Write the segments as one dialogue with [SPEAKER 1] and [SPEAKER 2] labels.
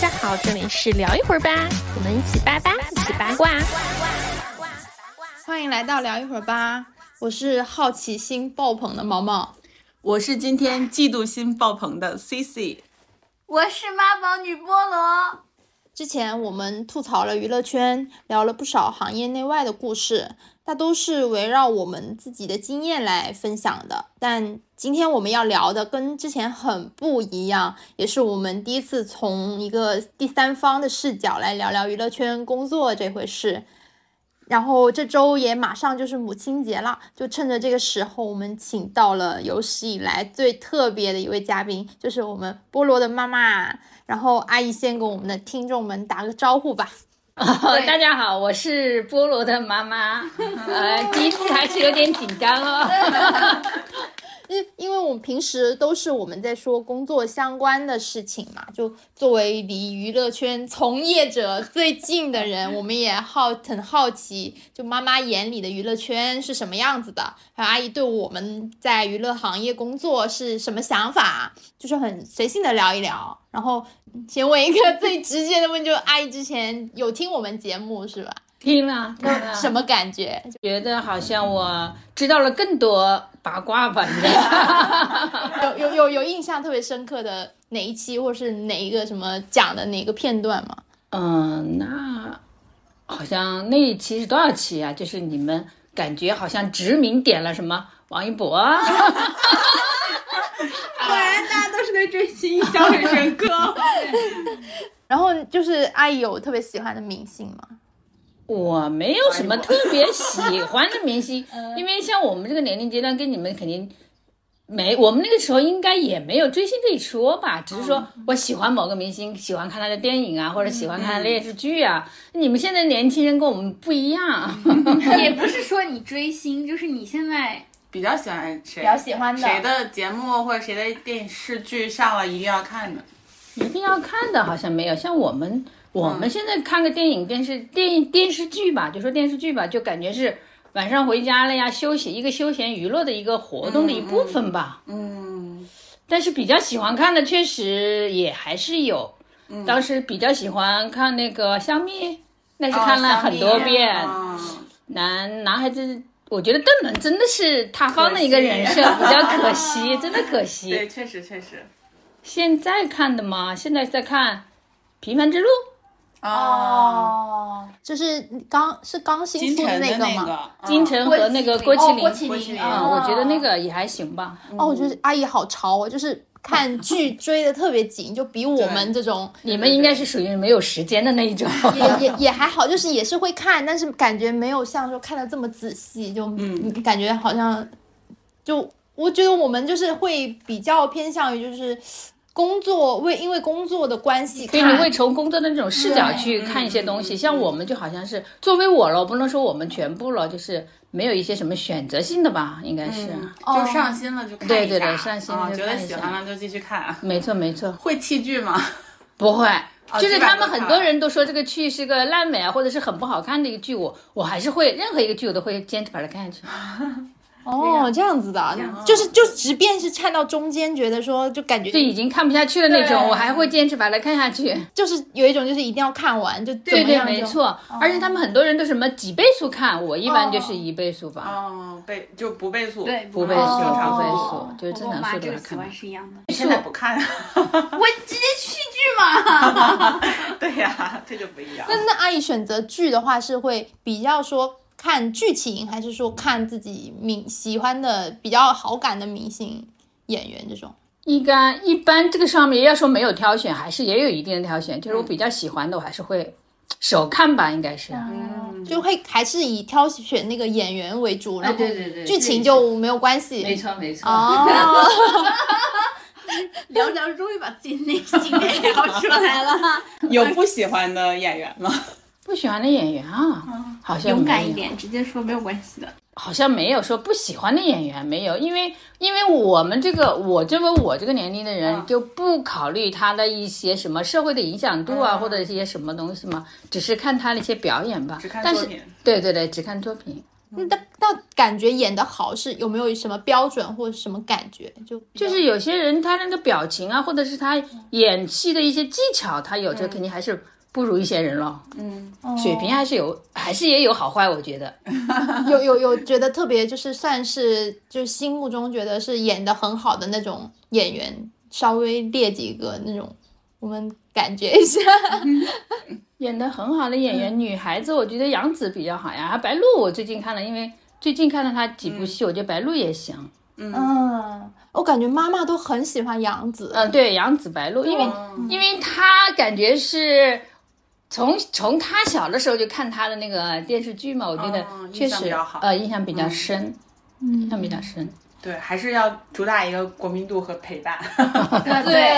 [SPEAKER 1] 家好，这里是聊一会儿吧，我们一起八八，一起八卦。
[SPEAKER 2] 欢迎来到聊一会儿吧，我是好奇心爆棚的毛毛。
[SPEAKER 3] 我是今天嫉妒心爆棚的 C C，
[SPEAKER 4] 我是妈宝女菠萝，
[SPEAKER 2] 之前我们吐槽了娱乐圈，聊了不少行业内外的故事，大都是围绕我们自己的经验来分享的。但今天我们要聊的跟之前很不一样，也是我们第一次从一个第三方的视角来聊聊娱乐圈工作这回事。然后这周也马上就是母亲节了，就趁着这个时候，我们请到了有史以来最特别的一位嘉宾，就是我们菠萝的妈妈。然后阿姨先跟我们的听众们打个招呼吧。
[SPEAKER 4] 对
[SPEAKER 5] 大家 好，我是菠萝的 妈妈，呃，第一次还是有点紧张哦。
[SPEAKER 2] 因嗯因为我们平时都是我们在说工作相关的事情嘛，就作为离娱乐圈从业者最近的人，我们也好很好奇，就妈妈眼里的娱乐圈是什么样子的，还有阿姨对我们在娱乐行业工作是什么想法，就是很随性的聊一聊。然后先问一个最直接的问，就阿姨之前有听我们节目是吧？
[SPEAKER 5] 听了听了，
[SPEAKER 2] 什么感觉？
[SPEAKER 5] 觉得好像我知道了更多八卦吧？你知道吗
[SPEAKER 2] 有有有有印象特别深刻的哪一期，或是哪一个什么讲的哪个片段吗？
[SPEAKER 5] 嗯，那好像那一期是多少期啊？就是你们感觉好像殖民点了什么王一博啊，
[SPEAKER 3] 果然大家都是对这期印象很深刻。
[SPEAKER 2] 然后就是阿姨有特别喜欢的明星吗？
[SPEAKER 5] 我没有什么特别喜欢的明星，因为像我们这个年龄阶段，跟你们肯定没，我们那个时候应该也没有追星这一说吧，只是说我喜欢某个明星，喜欢看他的电影啊，或者喜欢看他的电视剧啊。你们现在年轻人跟我们不一样，
[SPEAKER 4] 也不是说你追星，就是你现在
[SPEAKER 3] 比较喜欢谁？比
[SPEAKER 2] 较喜欢的
[SPEAKER 3] 谁的节目或者谁的电视剧上了一定要看的？
[SPEAKER 5] 一定要看的好像没有，像我们我们现在看个电影、电视、电电视剧吧，就说电视剧吧，就感觉是晚上回家了呀，休息一个休闲娱乐的一个活动的一部分吧。
[SPEAKER 3] 嗯，
[SPEAKER 5] 但是比较喜欢看的确实也还是有，当时比较喜欢看那个香蜜，那是看了很多遍。
[SPEAKER 3] 哦
[SPEAKER 5] 嗯
[SPEAKER 3] 啊
[SPEAKER 5] 男男孩子，我觉得邓伦真的是塌方的一个人设，比较可惜，真的可
[SPEAKER 3] 对，
[SPEAKER 5] 惜。
[SPEAKER 3] 确实确实。
[SPEAKER 5] 现在看的嘛，现在在看《平凡之路》，
[SPEAKER 3] 哦，
[SPEAKER 2] 就是刚是刚新
[SPEAKER 3] 金
[SPEAKER 2] 出
[SPEAKER 3] 晨
[SPEAKER 2] 那
[SPEAKER 3] 个
[SPEAKER 2] 吗？
[SPEAKER 3] 吗？
[SPEAKER 5] 金晨和那个郭麒麟。
[SPEAKER 3] 哦
[SPEAKER 4] 郭
[SPEAKER 3] 郭麒
[SPEAKER 4] 麒
[SPEAKER 3] 麟
[SPEAKER 4] 麟
[SPEAKER 5] 啊，
[SPEAKER 3] 哦
[SPEAKER 5] 我觉得那个也还行吧。
[SPEAKER 2] 哦，我觉得阿姨好潮哦，就是看剧追的特别紧，就比我们这种
[SPEAKER 5] 你们应该是属于没有时间的那一种。
[SPEAKER 2] 也也也还好，就是也是会看，但是感觉没有像说看的这么仔细，就嗯，感觉好像就我觉得我们就是会比较偏向于就是工作为因为工作的关系
[SPEAKER 5] 所以你
[SPEAKER 2] 看，
[SPEAKER 5] 会从工作的那种视角去看一些东西，像我们就好像是作为我了，我不能说我们全部了，就是没有一些什么选择性的吧，应该是。
[SPEAKER 3] 就上心了就看一下，
[SPEAKER 5] 对对对上心
[SPEAKER 3] 啊
[SPEAKER 5] 就
[SPEAKER 3] 觉得
[SPEAKER 5] 看一
[SPEAKER 3] 喜
[SPEAKER 5] 下
[SPEAKER 3] 欢了就继续看。
[SPEAKER 5] 没错没错，
[SPEAKER 3] 会弃剧吗？
[SPEAKER 5] 不会，就
[SPEAKER 3] 基
[SPEAKER 5] 是
[SPEAKER 3] 本
[SPEAKER 5] 他
[SPEAKER 3] 上
[SPEAKER 5] 们
[SPEAKER 3] 都看
[SPEAKER 5] 很多人都说这个剧是个烂尾啊，或者是很不好看的一个剧，我我还是会任何一个剧我都会坚持把它看下去。
[SPEAKER 2] 哦，这样子嗯的，就是就即便是看到中间，觉得说就感觉
[SPEAKER 5] 就已经看不下去了那种，
[SPEAKER 4] 对
[SPEAKER 5] 我还会坚持把它看下去。
[SPEAKER 2] 就是有一种就是一定要看完，就怎
[SPEAKER 5] 对
[SPEAKER 2] 么
[SPEAKER 5] 对，
[SPEAKER 2] 样
[SPEAKER 5] 没
[SPEAKER 2] 就。
[SPEAKER 5] 错。而且他们很多人都什么几倍速看，我一般就是一倍速吧，
[SPEAKER 3] 哦，倍就不倍速，
[SPEAKER 4] 对
[SPEAKER 5] 不倍速，
[SPEAKER 4] 哦
[SPEAKER 5] 不倍
[SPEAKER 2] 哦
[SPEAKER 5] 速，就是
[SPEAKER 4] 跟
[SPEAKER 5] 正
[SPEAKER 4] 我
[SPEAKER 5] 常
[SPEAKER 4] 妈
[SPEAKER 5] 速
[SPEAKER 4] 这个
[SPEAKER 5] 度来
[SPEAKER 4] 习
[SPEAKER 5] 看吧
[SPEAKER 4] 惯。是一样的。
[SPEAKER 3] 现在不看。
[SPEAKER 4] 我直接弃剧 嘛，
[SPEAKER 3] 对呀，这就不一样。
[SPEAKER 2] 那那阿姨选择剧的话，是会比较说看剧情，还是说看自己明喜欢的比较好感的明星演员这种？
[SPEAKER 5] 一般一般这个上面要说没有挑选，还是也有一定的挑选。就是我比较喜欢的，我还是会首看吧，应该是。
[SPEAKER 3] 嗯
[SPEAKER 2] 就会还是以挑选那个演员为主，然后
[SPEAKER 5] 哎对对对
[SPEAKER 2] 剧情就没有关系。
[SPEAKER 5] 错没错
[SPEAKER 2] 哦，
[SPEAKER 4] 聊着聊着终于把自己内心给聊出来 了，
[SPEAKER 3] 有不喜欢的演员吗？
[SPEAKER 5] 不喜欢的演员啊，好像
[SPEAKER 4] 勇
[SPEAKER 5] 没
[SPEAKER 4] 敢
[SPEAKER 5] 有
[SPEAKER 4] 一，点，直接说没有关系的。
[SPEAKER 5] 好像没有说不喜欢的演员没有，因为因为我们这个我这为我这个年龄的人就不考虑他的一些什么社会的影响度啊，或者一些什么东西嘛，只是看他的一些表演吧
[SPEAKER 3] 只看。
[SPEAKER 5] 但
[SPEAKER 3] 作
[SPEAKER 5] 是
[SPEAKER 3] 品
[SPEAKER 5] 对对对，只看作品。
[SPEAKER 2] 那但但感觉演的好是有没有什么标准或者什么感觉？就
[SPEAKER 5] 就是有些人他那个表情啊，或者是他演戏的一些技巧，他有这肯定还是不如一些人了。
[SPEAKER 3] 嗯，
[SPEAKER 5] 水平还是有，还是也有好坏，我觉得。
[SPEAKER 2] 有有有觉得特别就是算是就心目中觉得是演的很好的那种演员，稍微列几个那种，我们感觉一下。
[SPEAKER 5] 演的很好的演员，女孩子我觉得杨紫比较好呀，还啊白鹿我最近看了，因为最近看了她几部戏，我觉得白鹿也行。
[SPEAKER 2] 嗯，我感觉妈妈都很喜欢杨紫。
[SPEAKER 5] 嗯，对，杨紫白鹿，因为、
[SPEAKER 3] 嗯
[SPEAKER 5] 因为她感觉是从从她小的时候就看她的那个电视剧嘛，我觉得
[SPEAKER 3] 哦印
[SPEAKER 5] 确
[SPEAKER 3] 象
[SPEAKER 5] 实、
[SPEAKER 3] 比较好
[SPEAKER 5] 呃印象比较深，印象比较深。
[SPEAKER 3] 对，还是要主打一个国民度和陪伴。
[SPEAKER 4] 对
[SPEAKER 2] 对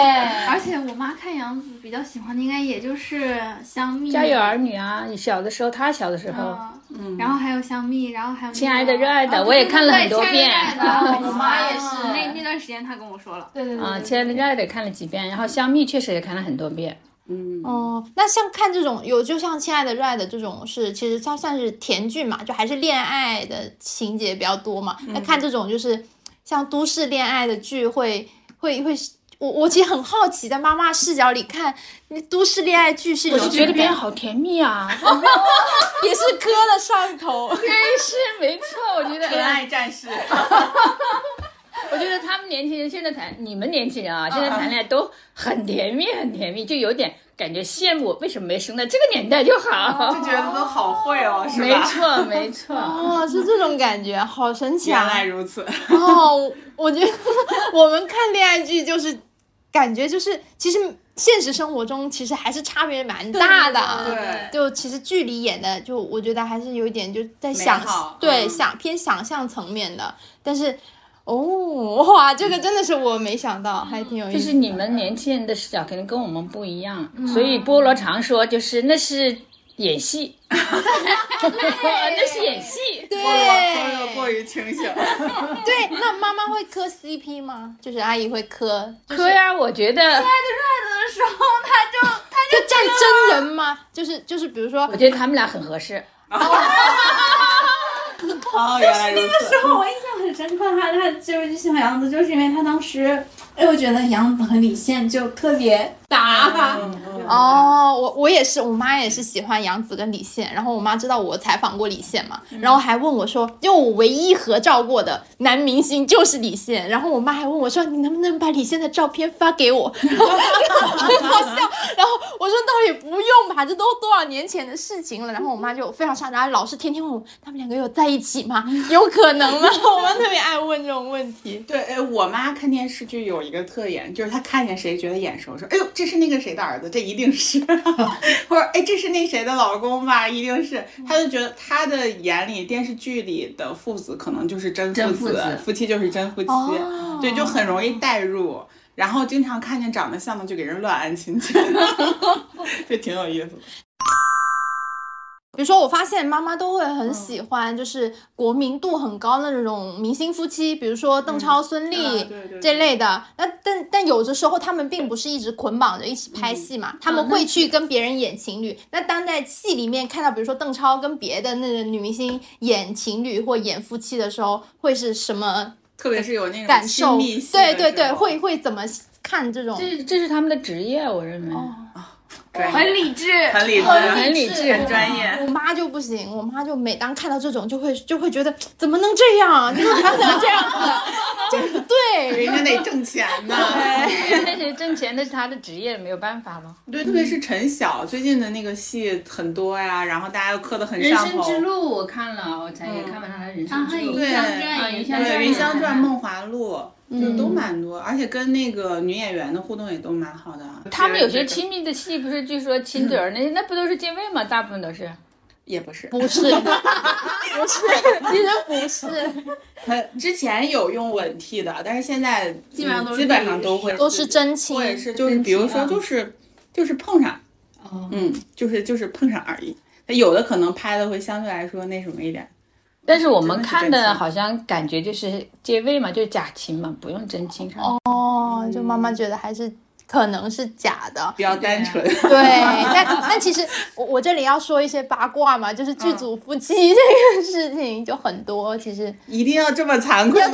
[SPEAKER 4] 而且我妈看杨紫比较喜欢的应该也就是香蜜，
[SPEAKER 5] 家有儿女啊，小的时候她小的时候，
[SPEAKER 4] 嗯，嗯，然后还有香蜜，然后还有哦
[SPEAKER 5] 哦亲爱的热爱的我也看了很多遍
[SPEAKER 4] 我
[SPEAKER 2] 我 妈也是
[SPEAKER 4] 那那段时间她跟我说了，
[SPEAKER 2] 对对对
[SPEAKER 5] 啊，亲爱的热爱的看了几遍，然后香蜜确实也看了很多遍。
[SPEAKER 3] 嗯，
[SPEAKER 2] 哦，那像看这种有，就像《亲爱的热爱的》这种是，其实它算是甜剧嘛，就还是恋爱的情节比较多嘛。那、
[SPEAKER 5] 嗯
[SPEAKER 2] 看这种就是像都市恋爱的剧会，会会我我其实很好奇，在妈妈视角里看，那都市恋爱剧是一
[SPEAKER 5] 我
[SPEAKER 2] 种
[SPEAKER 5] 就觉得
[SPEAKER 2] 就是
[SPEAKER 5] 别人好甜蜜 啊，
[SPEAKER 2] 也是磕了上头。
[SPEAKER 5] 真是没错，我觉得
[SPEAKER 3] 真爱战士，
[SPEAKER 5] 我觉得他们年轻人现在谈，你们年轻人啊，现在谈恋爱都很甜蜜，很甜蜜，就有点感觉羡慕我为什么没生在这个年代就好。
[SPEAKER 3] 就觉得都好会哦，是
[SPEAKER 5] 没
[SPEAKER 3] 吧？
[SPEAKER 5] 错，没错。
[SPEAKER 2] 哦，是这种感觉，好神奇
[SPEAKER 3] 原
[SPEAKER 2] 啊！
[SPEAKER 3] 来如此，
[SPEAKER 2] 哦，我觉得我们看恋爱剧就是感觉就是，其实现实生活中其实还是差别蛮大的啊。
[SPEAKER 3] 对对对
[SPEAKER 2] 就其实剧里演的，就我觉得还是有一点就在想
[SPEAKER 3] 美好，
[SPEAKER 2] 对、
[SPEAKER 3] 嗯
[SPEAKER 2] 想偏想象层面的，但是。哦，哇，这个真的是我没想到，还挺有意
[SPEAKER 5] 就
[SPEAKER 2] 思
[SPEAKER 5] 是
[SPEAKER 2] 的。
[SPEAKER 5] 你们年轻人的视角可能跟我们不一样，所以菠萝常说就是那是演戏， 那是演戏。
[SPEAKER 2] 对
[SPEAKER 3] 我说的过于清醒。
[SPEAKER 2] 对，那妈妈会磕 CP 吗？就是阿姨会磕，就
[SPEAKER 5] 科呀，我觉
[SPEAKER 4] 的
[SPEAKER 5] 得，
[SPEAKER 4] 时候她就她
[SPEAKER 2] 就站真人吗？就是就是，比如说
[SPEAKER 5] 我觉得他们俩很合适。
[SPEAKER 3] 哦，原来如此。
[SPEAKER 4] 然后我印象很深刻，他他就是就喜欢杨紫，就是因为他当时，哎，我觉得杨紫和李现就特别搭吧。
[SPEAKER 3] 嗯
[SPEAKER 2] 哦，我我也是，我妈也是喜欢杨紫跟李现，然后我妈知道我采访过李现嘛，然后还问我说，因为我唯一合照过的男明星就是李现，然后我妈还问我说，你能不能把李现的照片发给我？ 然后很好笑，然后我说倒也不用吧，这都多少年前的事情了。然后我妈就非常傻，然后老是天天问我，他们两个有在一起吗？有可能吗？ 我妈特别爱问这种问题。
[SPEAKER 3] 对，哎，我妈看电视剧有一个特点，就是她看见谁觉得眼熟，说：“哎呦，这是那个谁的儿子，这一定是。” 或者“哎，这是那谁的老公吧，一定是。”
[SPEAKER 2] 嗯
[SPEAKER 3] 她就觉得她的眼里电视剧里的父子可能就是真
[SPEAKER 5] 真
[SPEAKER 3] 父
[SPEAKER 5] 父子
[SPEAKER 3] 夫妻就是真夫妻，
[SPEAKER 2] 哦
[SPEAKER 3] 对，就很容易代入。然后经常看见长得像的就给人乱按亲戚， 就挺有意思的。
[SPEAKER 2] 比如说，我发现妈妈都会
[SPEAKER 3] 嗯
[SPEAKER 2] 很喜欢，就是国民度很高的那种明星夫妻，比如说邓超、孙俪
[SPEAKER 3] 啊对对对
[SPEAKER 2] 这类的。那但但有的时候他们并不是一直捆绑着一起
[SPEAKER 3] 嗯
[SPEAKER 2] 拍戏
[SPEAKER 3] 啊
[SPEAKER 2] 嘛，他们会去跟别人演情侣。那当在戏里面看到，比如说邓超跟别的那个女明星演情侣或演夫妻的时候，会是什么
[SPEAKER 3] 特别是有那种
[SPEAKER 2] 感
[SPEAKER 3] 亲
[SPEAKER 2] 受？
[SPEAKER 3] 密戏
[SPEAKER 2] 对
[SPEAKER 3] 的
[SPEAKER 2] 对
[SPEAKER 3] 时
[SPEAKER 2] 对，
[SPEAKER 3] 候
[SPEAKER 2] 会会怎么看这种？
[SPEAKER 5] 这这是他们的职业，我认为。
[SPEAKER 3] 对
[SPEAKER 4] 很理智，
[SPEAKER 3] 很理智，
[SPEAKER 5] 哦很理智
[SPEAKER 3] 很专业。
[SPEAKER 2] 我妈就不行，我妈就每当看到这种，就会就会觉得怎么能这样啊，就是怎么能这样子啊， 这不对。
[SPEAKER 3] 人家得挣钱呢。
[SPEAKER 5] 那些挣钱那是他的职业，没有办法了。
[SPEAKER 3] 对，特别是陈晓最近的那个戏很多呀，然后大家又磕得很
[SPEAKER 5] 人
[SPEAKER 3] 上
[SPEAKER 5] 生
[SPEAKER 3] 头。
[SPEAKER 5] 之路我看了，我才也看完他的人生之路。
[SPEAKER 3] 对，
[SPEAKER 5] 啊
[SPEAKER 4] 云
[SPEAKER 5] 云
[SPEAKER 4] 香传
[SPEAKER 5] 香
[SPEAKER 3] 对，《
[SPEAKER 5] 传
[SPEAKER 3] 云香传》《梦华录》就都蛮多，而且跟那个女演员的互动也都蛮好的。
[SPEAKER 5] 他们有些亲密的戏，不是据说亲嘴儿 那些，那不都是借位吗？大部分都是。
[SPEAKER 3] 也不是，
[SPEAKER 2] 不是，不是，其实不是，
[SPEAKER 3] 很之前有用吻替的，但是现在基
[SPEAKER 4] 本上都是
[SPEAKER 3] 基本上都会
[SPEAKER 2] 都是真
[SPEAKER 3] 或者
[SPEAKER 2] 亲。
[SPEAKER 3] 是就是比如说就是就是碰上，嗯，就是就是碰上而已。那有的可能拍的会相对来说那什么一点，
[SPEAKER 5] 但是我们看
[SPEAKER 3] 真的是真
[SPEAKER 5] 的
[SPEAKER 3] 亲
[SPEAKER 5] 好像感觉就是借位嘛，就是假亲嘛，不用真亲上。
[SPEAKER 2] 哦哦，就妈妈觉得还是可能是假的，
[SPEAKER 3] 比较单纯。
[SPEAKER 2] 对，但但其实我我这里要说一些八卦嘛，就是剧组夫妻 这个事情就很多，其实
[SPEAKER 3] 一定要这么残酷吗？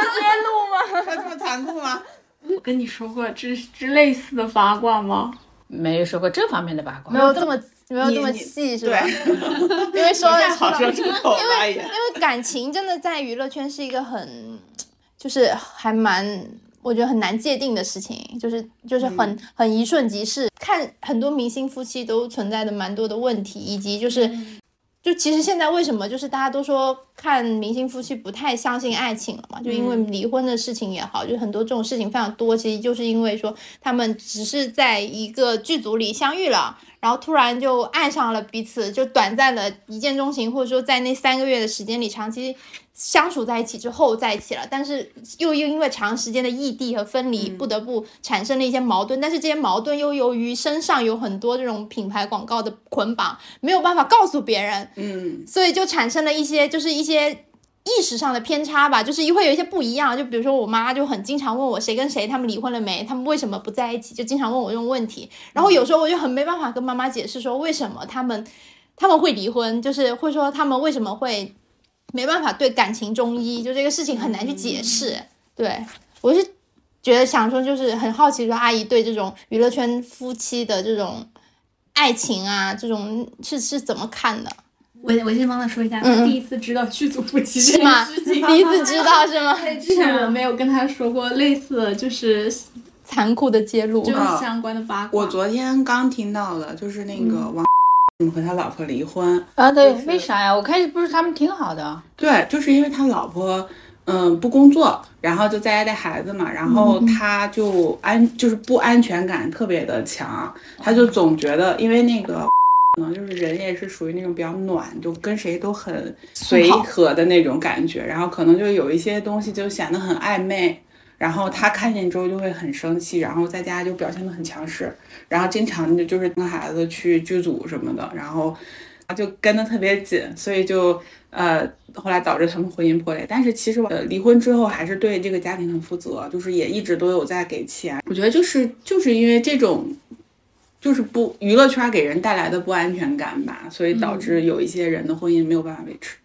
[SPEAKER 2] 揭露吗？
[SPEAKER 3] 要这么残酷吗？
[SPEAKER 6] 我跟你说过这这类似的八卦吗？
[SPEAKER 5] 没有说过这方面的八卦
[SPEAKER 2] 没。有这么没有
[SPEAKER 3] 你
[SPEAKER 2] 这么
[SPEAKER 3] 你
[SPEAKER 2] 细是
[SPEAKER 3] 对
[SPEAKER 2] 吧？， 因为说
[SPEAKER 3] 太
[SPEAKER 2] 了
[SPEAKER 3] 好说出口了也
[SPEAKER 2] 因。为感情真的在娱乐圈是一个很，就是还蛮。我觉得很难界定的事情，就是就是很、很一瞬即逝。看很多明星夫妻都存在的蛮多的问题，以及就是、就其实现在为什么就是大家都说看明星夫妻不太相信爱情了嘛？就因为离婚的事情也好，就很多这种事情非常多，其实就是因为说他们只是在一个剧组里相遇了，然后突然就爱上了彼此，就短暂的一见钟情，或者说在那三个月的时间里长期相处在一起之后在一起了，但是又又因为长时间的异地和分离，不得不产生了一些矛盾，但是这些矛盾又由于身上有很多这种品牌广告的捆绑，没有办法告诉别人，
[SPEAKER 3] 嗯，
[SPEAKER 2] 所以就产生了一些就是一些意识上的偏差吧，就是会有一些不一样。就比如说我妈就很经常问我谁跟谁他们离婚了没，他们为什么不在一起，就经常问我这种问题。然后有时候我就很没办法跟妈妈解释说为什么他们他们会离婚，就是会说他们为什么会没办法对感情中医，就这个事情很难去解释。对我是觉得想说就是很好奇说阿姨对这种娱乐圈夫妻的这种。爱情啊，这种是是怎么看的？
[SPEAKER 6] 我我先帮他说一下，
[SPEAKER 2] 嗯
[SPEAKER 6] 他
[SPEAKER 2] 嗯
[SPEAKER 6] 第一次知道剧组夫妻
[SPEAKER 2] 是吗？第一次知道 是吗？
[SPEAKER 6] 之前我没有跟他说过类似的，就是
[SPEAKER 2] 残酷的揭露，
[SPEAKER 6] 就是相关的八卦。
[SPEAKER 3] 我昨天刚听到的，就是那个
[SPEAKER 2] 嗯
[SPEAKER 3] 王 和他老婆离婚，
[SPEAKER 5] 啊，对，为啥呀？我开始不是他们挺好的，
[SPEAKER 3] 对，就是因为他老婆。嗯，不工作，然后就在家带孩子嘛，然后他就安就是不安全感特别的强，他就总觉得，因为那个可能就是人也是属于那种比较暖，就跟谁都很随和的那种感觉，然后可能就有一些东西就显得很暧昧，然后他看见之后就会很生气，然后在家就表现得很强势，然后经常就就是跟孩子去剧组什么的，然后他就跟得特别紧，所以就呃后来导致他们婚姻破裂。但是其实我呃离婚之后还是对这个家庭很负责，就是也一直都有在给钱。我觉得就是就是因为这种。就是不娱乐圈给人带来的不安全感吧，所以导致有一些人的婚姻没有办法维持。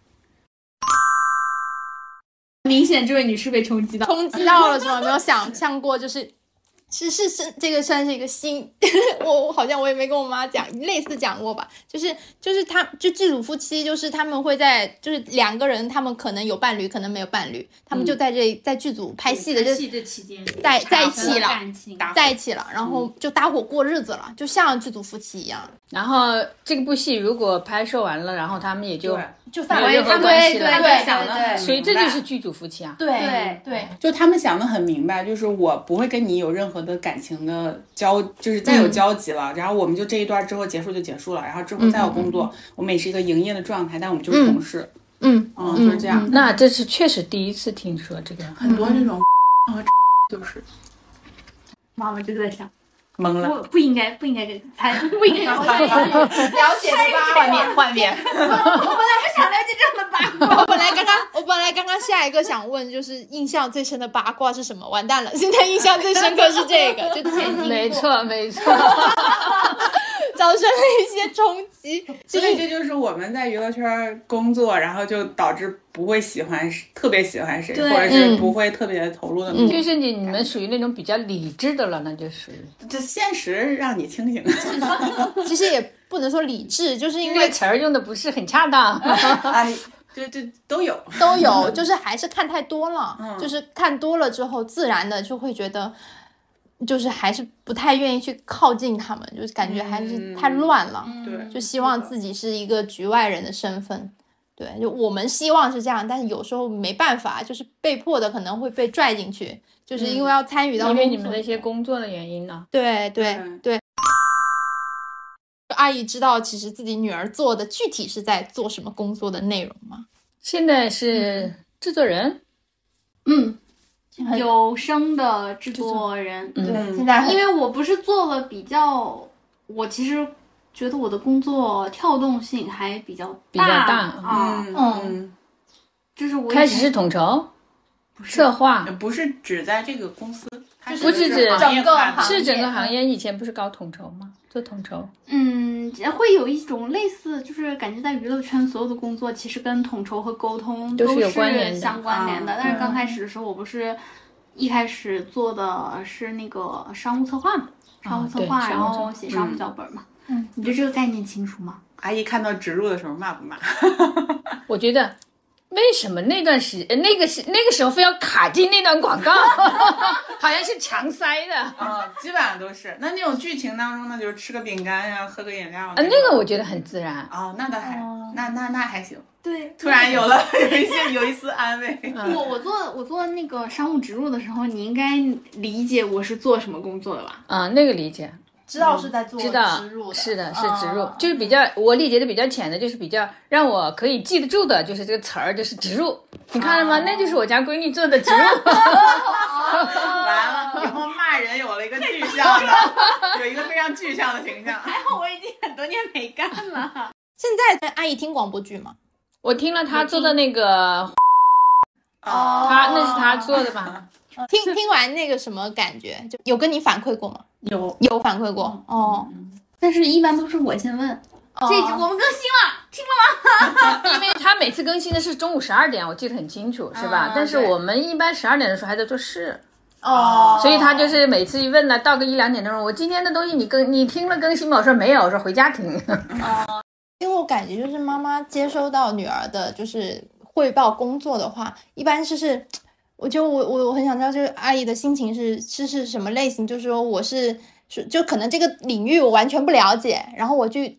[SPEAKER 6] 明显这位女士被冲击到，
[SPEAKER 2] 冲击到了是吗？没有想象过，就是是是是，这个算是一个新， 我我好像我也没跟我妈讲，类似讲过吧，就是就是他就剧组夫妻，就是他们会在就是两个人，他们可能有伴侣，可能没有伴侣，他们就在这、在剧组拍戏的这
[SPEAKER 4] 戏这期间
[SPEAKER 2] 在在一
[SPEAKER 4] 产生
[SPEAKER 2] 起了
[SPEAKER 4] 感情，
[SPEAKER 2] 在一起了，然后就搭伙过日子了，就像剧组夫妻一样，
[SPEAKER 5] 然后这个部戏如果拍摄完了，然后他们也就，
[SPEAKER 2] 就
[SPEAKER 5] 散了没有任何关
[SPEAKER 2] 对
[SPEAKER 5] 系
[SPEAKER 2] 对
[SPEAKER 5] 了
[SPEAKER 2] 对
[SPEAKER 4] 想得很
[SPEAKER 5] 所以这就是剧组夫妻啊。
[SPEAKER 4] 对
[SPEAKER 6] 对
[SPEAKER 4] 对，
[SPEAKER 3] 就他们想的很明白，就是我不会跟你有任何的感情的交，就是再有交集了。然后我们就这一段之后结束就结束了，然后之后再有工作，我们也是一个营业的状态，但我们就是同事，
[SPEAKER 2] 嗯
[SPEAKER 3] 嗯，
[SPEAKER 2] 嗯
[SPEAKER 3] 就是这样。
[SPEAKER 5] 那这是确实第一次听说这个，
[SPEAKER 6] 很多这种 和就是妈妈就在想，
[SPEAKER 3] 懵了，
[SPEAKER 6] 不不应该不应该这才不应该
[SPEAKER 2] 了解吧，
[SPEAKER 3] 换面换面，
[SPEAKER 2] 我本来刚刚，我本来刚刚下一个想问就是印象最深的八卦是什么？完蛋了，现在印象最深刻是这 个，就前厅
[SPEAKER 5] 没错没错。
[SPEAKER 2] 造成了一些冲击。
[SPEAKER 3] 所以这就是我们在娱乐圈工作，然后就导致不会喜欢谁特别喜欢谁，
[SPEAKER 6] 对
[SPEAKER 3] 或者是
[SPEAKER 2] 嗯
[SPEAKER 3] 不会特别投入的。
[SPEAKER 5] 就是你你们属于那种比较理智的了，那就属于
[SPEAKER 3] 这现实让你清醒，
[SPEAKER 2] 其实也不能说理智，就是因
[SPEAKER 5] 这个
[SPEAKER 2] 为
[SPEAKER 5] 词儿用的不是很恰当。
[SPEAKER 3] 哎，这这都有。
[SPEAKER 2] 都 有，就是还是看太多了，就是看多了之后，自然的就会觉得。就是还是不太愿意去靠近他们，就是感觉还是太乱了。
[SPEAKER 3] 对，
[SPEAKER 2] 就希望自己是一个局外人的身份。对，就我们希望是这样，但是有时候没办法，就是被迫的可能会被拽进去，就是因为要参与到
[SPEAKER 5] 因为
[SPEAKER 2] 工
[SPEAKER 5] 你们
[SPEAKER 2] 作
[SPEAKER 5] 的一些工作的原因呢，
[SPEAKER 2] 对对
[SPEAKER 3] 嗯
[SPEAKER 2] 对。阿姨知道，其实自己女儿做的具体是在做什么工作的内容吗？
[SPEAKER 5] 现在是制作人，
[SPEAKER 6] 嗯。有声的制作人，
[SPEAKER 5] 嗯
[SPEAKER 2] 对，
[SPEAKER 3] 嗯
[SPEAKER 2] 现在
[SPEAKER 6] 因为我不是做了比较，我其实觉得我的工作跳动性还比较
[SPEAKER 5] 比较大
[SPEAKER 6] 啊，
[SPEAKER 3] 嗯
[SPEAKER 6] 就是我以
[SPEAKER 5] 开始是
[SPEAKER 6] 前
[SPEAKER 5] 统筹、
[SPEAKER 6] 不是
[SPEAKER 5] 策划
[SPEAKER 3] 嗯，不是只在这个公司，它
[SPEAKER 5] 不是指
[SPEAKER 3] 行业
[SPEAKER 2] 整个
[SPEAKER 3] 化的
[SPEAKER 2] 行
[SPEAKER 5] 是整个行业以前不是搞统筹吗？做统筹，
[SPEAKER 6] 嗯，会有一种类似，就是感觉在娱乐圈所有的工作其实跟统筹和沟通
[SPEAKER 5] 都
[SPEAKER 6] 都
[SPEAKER 5] 是有关联的
[SPEAKER 6] 相关联的。
[SPEAKER 3] 啊
[SPEAKER 6] 但是刚开始的时候，我不是一开始做的是那个商务策划嘛，商务策划，
[SPEAKER 5] 啊
[SPEAKER 6] 然
[SPEAKER 5] 对商务策划
[SPEAKER 6] 后写商务脚本嘛。嗯，你对这个概念清楚吗？
[SPEAKER 3] 阿姨看到植入的时候骂不骂？
[SPEAKER 5] 我觉得为什么那段时呃那个是那个时候非要卡进那段广 告，好像是强塞的啊。
[SPEAKER 3] 啊，基本上都是。那那种剧情当中呢，就是吃个饼干呀、喝个饮料啊
[SPEAKER 5] 呃那个我觉得很自然，
[SPEAKER 3] 哦，那倒还，那那那还行。
[SPEAKER 6] 对，
[SPEAKER 3] 突然有了有一些有一丝安慰。
[SPEAKER 6] 我我做我做那个商务植入的时候，你应该理解我是做什么工作的吧？
[SPEAKER 5] 啊，那个理解嗯
[SPEAKER 2] 知道是在做
[SPEAKER 5] 知道
[SPEAKER 2] 植 入
[SPEAKER 5] 是
[SPEAKER 2] 的，
[SPEAKER 5] 的，是植入
[SPEAKER 2] 嗯，
[SPEAKER 5] 就是比较我理解的比较浅的，就是比较让我可以记得住的，就是这个词儿，就是植入。你看了吗？
[SPEAKER 2] 啊
[SPEAKER 5] 那就是我家闺女做的 植入。
[SPEAKER 3] 完了，以后骂人有了一个具象的，有一个非常具象的形象。
[SPEAKER 6] 还好 我已经很多年没干了。
[SPEAKER 2] 现在阿姨听广播剧吗？
[SPEAKER 5] 我听了她做的那个，
[SPEAKER 3] 哦
[SPEAKER 5] 她那是她做的
[SPEAKER 2] 啊
[SPEAKER 5] 吧？
[SPEAKER 2] 听听完那个什么感觉？就有跟你反馈过吗？
[SPEAKER 3] 有
[SPEAKER 2] 有反馈过哦。
[SPEAKER 6] 但是一般都是我先问，
[SPEAKER 2] 哦
[SPEAKER 6] 这一集我们更新了，听了
[SPEAKER 5] 因为她每次更新的是中午十二点，我记得很清楚，是吧
[SPEAKER 3] 啊？
[SPEAKER 5] 但是
[SPEAKER 3] 对
[SPEAKER 5] 我们一般十二点的时候还在做事。
[SPEAKER 2] 哦，
[SPEAKER 5] 所以他就是每次一问呢，到个一两点钟，我今天的东西你更你听了更新吗？我说没有，我说回家听。
[SPEAKER 2] 因为我感觉就是妈妈接收到女儿的就是汇报工作的话，一般就是，我就我我我很想知道，就是阿姨的心情是是是什么类型？就是说我是是就可能这个领域我完全不了解，然后我去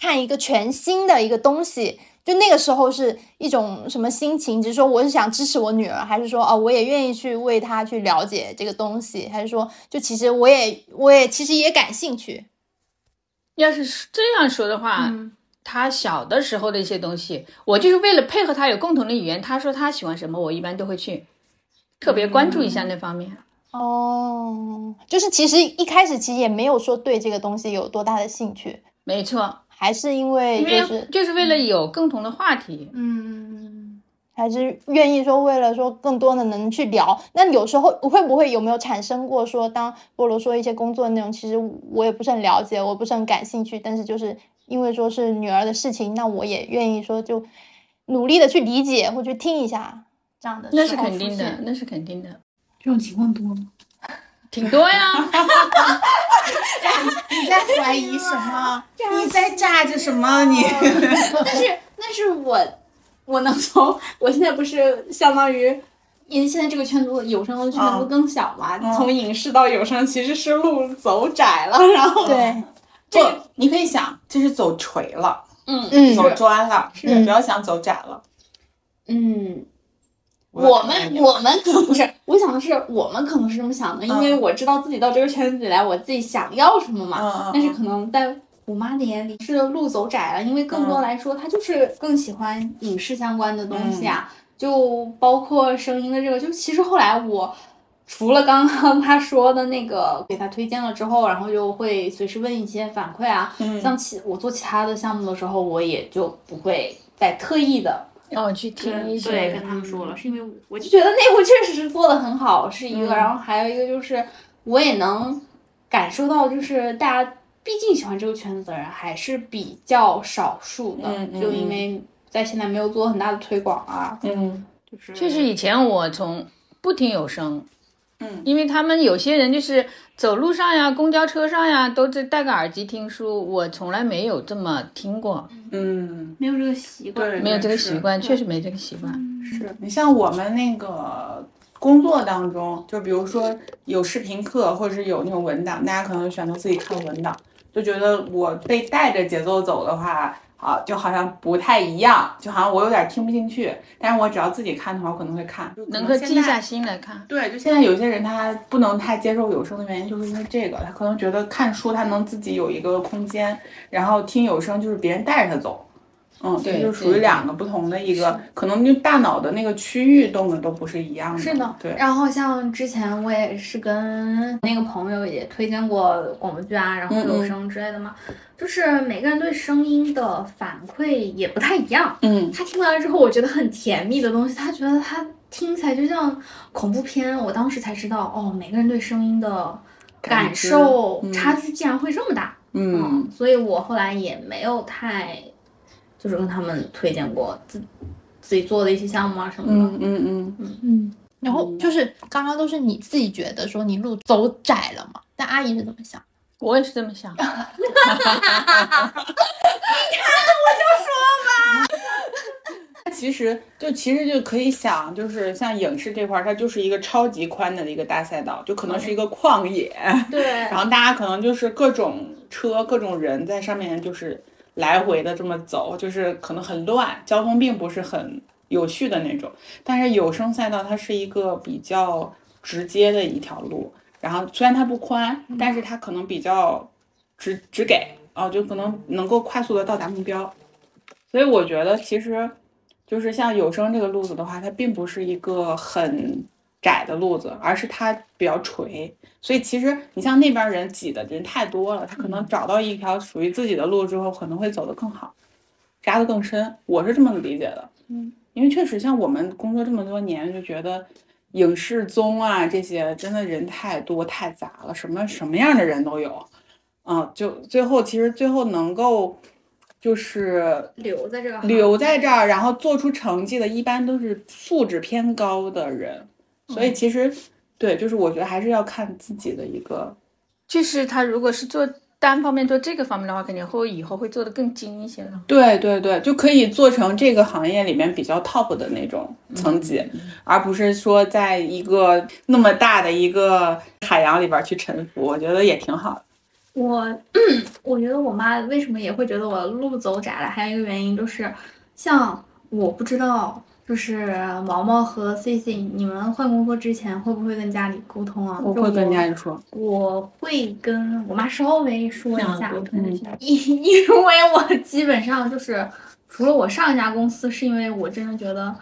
[SPEAKER 2] 看一个全新的一个东西。就那个时候是一种什么心情？只是说我是想支持我女儿，还是说哦我也愿意去为她去了解这个东西，还是说就其实我也我也其实也感兴趣？
[SPEAKER 5] 要是这样说的话，
[SPEAKER 6] 嗯
[SPEAKER 5] 他小的时候的一些东西，我就是为了配合他有共同的语言，他说他喜欢什么，我一般都会去特别关注一下那方面。
[SPEAKER 2] 哦，就是其实一开始其实也没有说对这个东西有多大的兴趣，
[SPEAKER 5] 没错，
[SPEAKER 2] 还是因为嗯
[SPEAKER 5] 因
[SPEAKER 2] 就
[SPEAKER 5] 为
[SPEAKER 2] 是
[SPEAKER 5] 就是为了有共同的话题。
[SPEAKER 6] 嗯，
[SPEAKER 2] 还是愿意说为了说更多的能去聊。那有时候会不会有没有产生过说，当菠萝说一些工作内容，其实我也不是很了解，我不是很感兴趣，但是就是因为说是女儿的事情，那我也愿意说就努力的去理解或去听一下这样的时候
[SPEAKER 5] 那
[SPEAKER 2] 出
[SPEAKER 5] 是
[SPEAKER 2] 现。
[SPEAKER 5] 肯定的，那是肯定的，
[SPEAKER 4] 这种情况多吗？
[SPEAKER 5] 挺多呀。
[SPEAKER 3] 你在怀疑什么？你在炸着什么？你
[SPEAKER 6] 但是但是我我能从我现在不是相当于。因为现在这个圈子有声的圈子
[SPEAKER 3] 嗯
[SPEAKER 6] 更小嘛，
[SPEAKER 3] 嗯
[SPEAKER 6] 从影视到有声其实是路走窄了，然后
[SPEAKER 2] 对，
[SPEAKER 3] 不，你可以想，这是走垂了，
[SPEAKER 6] 嗯
[SPEAKER 2] 嗯，
[SPEAKER 3] 走专了，
[SPEAKER 2] 嗯
[SPEAKER 3] 不要想走窄了。
[SPEAKER 6] 嗯，
[SPEAKER 3] 有
[SPEAKER 6] 我
[SPEAKER 3] 概
[SPEAKER 6] 们
[SPEAKER 3] 念
[SPEAKER 6] 我们可能不是，我想的是我们可能是这么想的，因为我知道自己到这个圈子里来，我自己想要什么嘛，
[SPEAKER 3] 嗯嗯
[SPEAKER 6] 但是可能在我妈的眼里是路走窄了，因为更
[SPEAKER 3] 嗯
[SPEAKER 6] 多来说，她就是更喜欢影视相关的东西啊，
[SPEAKER 3] 嗯
[SPEAKER 6] 就包括声音的这个。就其实后来我除了刚刚 她说的那个给她推荐了之后，然后就会随时问一些反馈啊，
[SPEAKER 3] 嗯
[SPEAKER 6] 像其我做其他的项目的时候，我也就不会再特意的
[SPEAKER 5] 让我去听
[SPEAKER 6] 对，
[SPEAKER 5] 一些
[SPEAKER 6] 跟，他们说了，是因为我嗯就觉得那部确实是做的很好，是一个，然后还有一个就是我也能感受到，就是大家毕竟喜欢这个圈子的人还是比较少数的，
[SPEAKER 3] 嗯嗯
[SPEAKER 6] 就因为在现在没有做很大的推广啊，
[SPEAKER 3] 嗯
[SPEAKER 6] 就是
[SPEAKER 5] 确实以前我从不听有声，
[SPEAKER 3] 嗯
[SPEAKER 5] 因为他们有些人就是走路上呀、公交车上呀，都是戴个耳机听书，我从来没有这么听过，
[SPEAKER 3] 嗯，
[SPEAKER 6] 没有这个习惯，
[SPEAKER 3] 对，
[SPEAKER 5] 没有这个
[SPEAKER 3] 是嗯
[SPEAKER 5] 习。惯，确实没这个习惯。
[SPEAKER 3] 是你像我们那个工作当中，就比如说有视频课，或者是有那种文档，大家可能选择自己看文档，就觉得我被带着节奏走的话，啊，就好像不太一样，就好像我有点听不进去。但是我只要自己看的话，我可能会看，就可
[SPEAKER 5] 能够
[SPEAKER 3] 现
[SPEAKER 5] 静
[SPEAKER 3] 在
[SPEAKER 5] 下心来看，
[SPEAKER 3] 对，就现在有些人他不能太接受有声的原因，就是因为这个，他可能觉得看书他能自己有一个空间，然后听有声就是别人带着他走，嗯，
[SPEAKER 5] 对
[SPEAKER 3] 就属于
[SPEAKER 5] 对
[SPEAKER 3] 两个不同的一个，可能就大脑的那个区域动的都不是一样的。
[SPEAKER 6] 是的，
[SPEAKER 3] 嗯对，
[SPEAKER 6] 然后像之前我也是跟那个朋友也推荐过广播剧啊，然后
[SPEAKER 3] 嗯嗯
[SPEAKER 6] 有声之类的嘛，就是每个人对声音的反馈也不太一样。
[SPEAKER 3] 嗯，
[SPEAKER 6] 他听完了之后，我觉得很甜蜜的东西，他觉得他听起来就像恐怖片。我当时才知道，哦，每个人对声音的感
[SPEAKER 3] 知
[SPEAKER 6] 受
[SPEAKER 3] 嗯
[SPEAKER 6] 差距竟然会这么大。
[SPEAKER 3] 嗯，
[SPEAKER 6] 所以我后来也没有太，就是跟他们推荐过自自己做的一些项目啊什么的。
[SPEAKER 3] 嗯嗯嗯，
[SPEAKER 2] 嗯，然后就是刚刚都是你自己觉得说你路走窄了嘛，但阿姨是怎么想？
[SPEAKER 5] 我也是这么想。
[SPEAKER 3] 它其实就其实就可以想，就是像影视这块儿，它就是一个超级宽的一个大赛道，就可能是一个旷野，
[SPEAKER 6] 对
[SPEAKER 3] 然后大家可能就是各种车、各种人在上面就是来回的这么走，就是可能很乱，交通并不是很有序的那种。但是有声赛道它是一个比较直接的一条路，然后虽然它不宽，但是它可能比较直直给哦，就可能能够快速的到达目标。所以我觉得其实就是像有声这个路子的话，它并不是一个很窄的路子，而是它比较垂。所以其实你像那边人挤的人太多了，他可能找到一条属于自己的路之后，可能会走得更好，扎得更深。我是这么理解的。
[SPEAKER 2] 嗯，
[SPEAKER 3] 因为确实像我们工作这么多年，就觉得影视综啊这些真的人太多太杂了，什么什么样的人都有。嗯，就最后其实最后能够就是
[SPEAKER 6] 留在这个行业
[SPEAKER 3] 留在这儿，然后做出成绩的，一般都是素质偏高的人。所以其实，对，就是我觉得还是要看自己的一个，
[SPEAKER 5] 就是他如果是做单方面做这个方面的话，肯定会以后会做的更精一些了。
[SPEAKER 3] 对对对，就可以做成这个行业里面比较 top 的那种层级，而不是说在一个那么大的一个海洋里边去沉浮。我觉得也挺好的。
[SPEAKER 6] 我 我觉得我妈为什么也会觉得我路走窄了，还有一个原因就是，像我不知道，就是毛毛和 C C，你们换工作之前会不会跟家里沟通啊？
[SPEAKER 3] 我会跟家
[SPEAKER 6] 家，
[SPEAKER 3] 里说，
[SPEAKER 6] 我会跟我妈稍微说一下，
[SPEAKER 3] 嗯
[SPEAKER 5] 通一下。
[SPEAKER 6] 因 因为我基本上就是，除了我上一家公司，是因为我真的觉得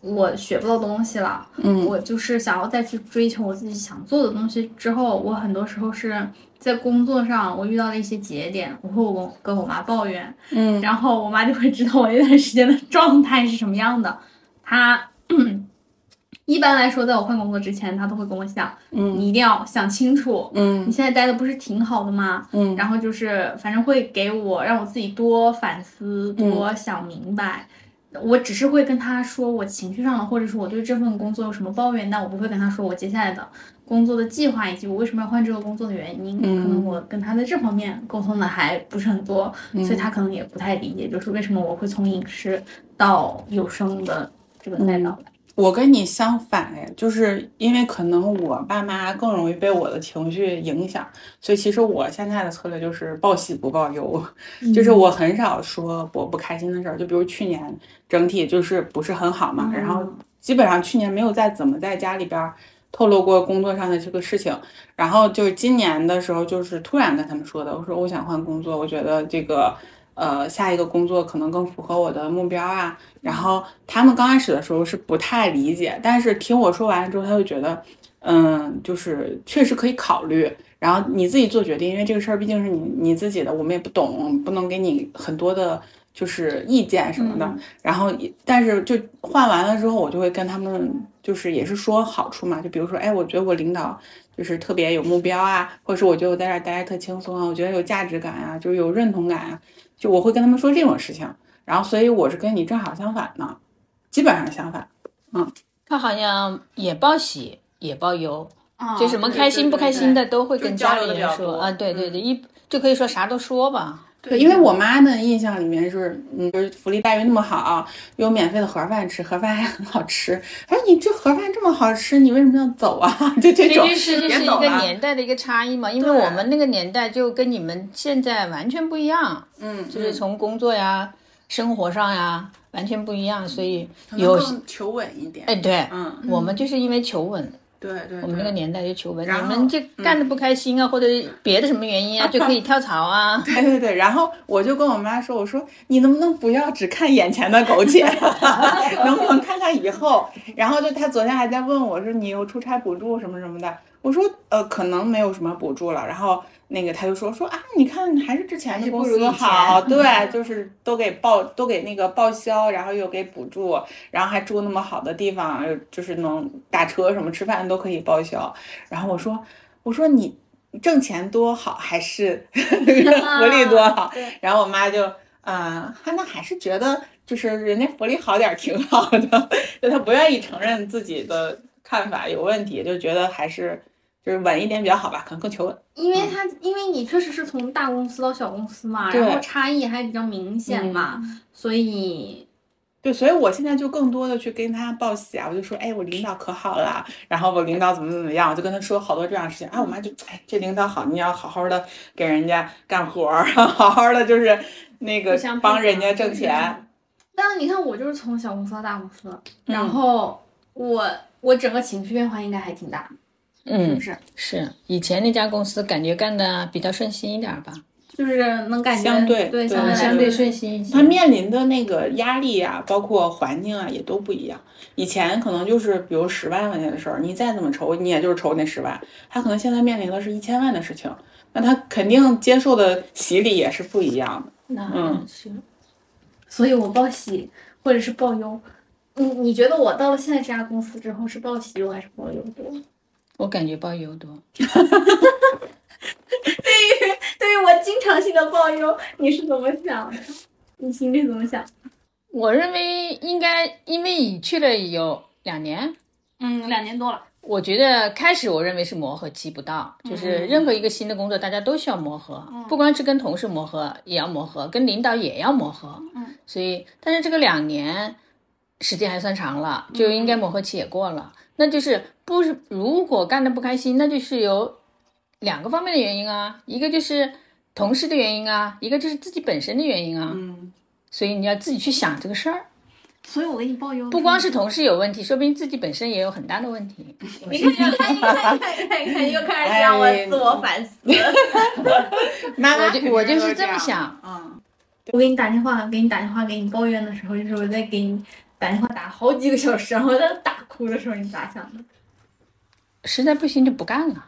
[SPEAKER 6] 我学不到东西了，
[SPEAKER 3] 嗯
[SPEAKER 6] 我就是想要再去追求我自己想做的东西之后，我很多时候是在工作上我遇到了一些节点，我会我跟我妈抱怨，
[SPEAKER 3] 嗯
[SPEAKER 6] 然后我妈就会知道我那段时间的状态是什么样的。她 一般来说，在我换工作之前，她都会跟我讲，
[SPEAKER 3] 嗯
[SPEAKER 6] 你一定要想清楚，你
[SPEAKER 3] 嗯
[SPEAKER 6] 现在待的不是挺好的吗？
[SPEAKER 3] 嗯，
[SPEAKER 6] 然后就是反正会给我让我自己多反思，
[SPEAKER 3] 嗯
[SPEAKER 6] 多想明白。我只是会跟他说我情绪上的，或者是我对这份工作有什么抱怨，但我不会跟他说我接下来的工作的计划以及我为什么要换这个工作的原因。
[SPEAKER 3] 嗯
[SPEAKER 6] 可能我跟他在这方面沟通的还不是很多，
[SPEAKER 3] 嗯
[SPEAKER 6] 所以他可能也不太理解，就是为什么我会从影视到有声的这个赛道。
[SPEAKER 3] 我跟你相反哎，就是因为可能我爸妈更容易被我的情绪影响，所以其实我现在的策略就是报喜不报忧，就是我很少说我不开心的事儿。就比如去年整体就是不是很好嘛，然后基本上去年没有再怎么在家里边儿透露过工作上的这个事情，然后就是今年的时候，就是突然跟他们说的，我说我想换工作，我觉得这个。呃，下一个工作可能更符合我的目标啊，然后他们刚开始的时候是不太理解，但是听我说完之后，他就觉得，嗯，就是确实可以考虑。然后你自己做决定，因为这个事儿毕竟是你你自己的，我们也不懂，不能给你很多的，就是意见什么的。然后也，但是就换完了之后，我就会跟他们就是也是说好处嘛，就比如说，哎，我觉得我领导就是特别有目标啊，或者是我觉得我在这儿待着特轻松啊，我觉得有价值感啊，就是有认同感啊，就我会跟他们说这种事情。然后，所以我是跟你正好相反呢，基本上相反。
[SPEAKER 5] 他好像也报喜也报忧，
[SPEAKER 4] 啊
[SPEAKER 5] 就什么开心不开心的都会跟家里人
[SPEAKER 3] 就交流得比较
[SPEAKER 5] 说
[SPEAKER 3] 多嗯
[SPEAKER 5] 啊，对对对，一就可以说啥都说吧。
[SPEAKER 3] 对，因为我妈的印象里面是，嗯，就是福利待遇那么好，有免费的盒饭吃，盒饭还很好吃。她说你这盒饭这么好吃，你为什么要走啊？ 就这
[SPEAKER 5] 这
[SPEAKER 3] 种，
[SPEAKER 5] 就是这
[SPEAKER 3] 别
[SPEAKER 5] 是一
[SPEAKER 3] 走
[SPEAKER 5] 个
[SPEAKER 3] 了。
[SPEAKER 5] 年代的一个差异嘛，因为
[SPEAKER 3] 对
[SPEAKER 5] 我们那个年代就跟你们现在完全不一样，
[SPEAKER 3] 嗯，
[SPEAKER 5] 就是从工作呀、生活上呀完全不一样，所以
[SPEAKER 3] 可能
[SPEAKER 5] 有
[SPEAKER 3] 更求稳一点。
[SPEAKER 5] 哎对，
[SPEAKER 3] 嗯，
[SPEAKER 5] 我们就是因为求稳，
[SPEAKER 3] 对对，
[SPEAKER 5] 我们那 个年代就求稳，
[SPEAKER 3] 然
[SPEAKER 5] 你
[SPEAKER 3] 后嗯
[SPEAKER 5] 们这干的不开心啊，或者别的什么原因啊，就可以跳 槽啊。
[SPEAKER 3] 对对对，然后我就跟我妈说，我说你能不能不要只看眼前的苟且， 能不能看看以后？然后就她昨天还在问我说你有出差补助什么什么的，我说呃可能没有什么补助了。然后那个她就说说啊，你看还是之前的公
[SPEAKER 6] 不如
[SPEAKER 3] 司
[SPEAKER 6] 以前
[SPEAKER 3] 好，对，就是都给报都给那个报销，然后又给补助，然后还住那么好的地方，又就是能打车什么吃饭都可以报销。然后我说我说你挣钱多好还是 福利多 好？然后我妈就，嗯、她那还是觉得就是人家福利好点儿挺好的，就她不愿意承认自己的看法有问题，就觉得还是就是稳一点比较好吧，可能更求稳。
[SPEAKER 6] 因为他，因为你确实是从大公司到小公司嘛，
[SPEAKER 3] 对嗯
[SPEAKER 6] 然后差异还比较明显嘛，所以
[SPEAKER 3] 对，所以我现在就更多的去跟他报喜啊，我就说，哎，我领导可好了，啊然后我领导怎么怎么样，我就跟他说好多这样的事情啊。我妈就，哎，这领导好，你要好好的给人家干活儿， 好好的就是那个
[SPEAKER 6] 互相
[SPEAKER 3] 帮
[SPEAKER 6] 帮
[SPEAKER 3] 人
[SPEAKER 6] 忙
[SPEAKER 3] 家
[SPEAKER 6] 就
[SPEAKER 3] 挣
[SPEAKER 6] 是
[SPEAKER 3] 钱。
[SPEAKER 6] 但是你看，我就是从小公司到大公司，然
[SPEAKER 3] 嗯
[SPEAKER 6] 后我我整个情绪变化应该还挺大，是
[SPEAKER 5] 嗯
[SPEAKER 6] 不，是？
[SPEAKER 5] 是以前那家公司感觉干的比较顺心一点儿吧，
[SPEAKER 6] 就是能感觉
[SPEAKER 3] 相对
[SPEAKER 6] 对
[SPEAKER 3] 对
[SPEAKER 6] 相对来
[SPEAKER 3] 相
[SPEAKER 6] 说
[SPEAKER 3] 对
[SPEAKER 5] 心一些
[SPEAKER 3] 他面临的那个压力啊，包括环境啊，也都不一样。以前可能就是比如十万块钱的事儿，你再怎么愁，你也就是愁那十万。他可能现在面临的是一千万的事情，那他肯定接受的洗礼也是不一样的。
[SPEAKER 5] 那
[SPEAKER 3] 嗯
[SPEAKER 5] 是
[SPEAKER 6] 所以我报喜或者是报忧。你你觉得我到了现在这家公司之后是报喜忧还是报忧多？
[SPEAKER 5] 我感觉包邮多。
[SPEAKER 6] 对于我经常性的报忧，你是怎么想的？你心里怎么想？
[SPEAKER 5] 我认为应该，因为已去了有两年，
[SPEAKER 6] 嗯，两年多了，
[SPEAKER 5] 我觉得开始我认为是磨合期不到，
[SPEAKER 3] 嗯
[SPEAKER 5] 就是任何一个新的工作，大家都需要磨合，不光是跟同事磨合，也要磨合，跟领导也要磨合。嗯，所以，但是这个两年时间还算长了，就应
[SPEAKER 3] 嗯
[SPEAKER 5] 该磨合期也过了。那就是不是如果干的不开心，那就是由两个方面的原因啊，一个就是同事的原因啊，一个就是自己本身的原因啊。
[SPEAKER 3] 嗯，
[SPEAKER 5] 所以你要自己去想这个事儿。
[SPEAKER 6] 所以我给你报忧
[SPEAKER 3] 嗯
[SPEAKER 5] 不光是同事有问题，说不定自己本身也有很大的问题。
[SPEAKER 6] 你看，你看，你看，你看，你看，你看，又开始让我自我反思。
[SPEAKER 3] 妈妈
[SPEAKER 5] 我
[SPEAKER 3] 肯
[SPEAKER 5] 就我
[SPEAKER 3] 定
[SPEAKER 5] 就是
[SPEAKER 3] 都
[SPEAKER 5] 这么
[SPEAKER 3] 样
[SPEAKER 5] 想，
[SPEAKER 3] 嗯。
[SPEAKER 6] 我给你打电话，给你打电话，给你抱怨的时候，就是我在给你打电话打好几个小时，然后在大哭的时候，你咋想的？
[SPEAKER 5] 实在不行就不干了。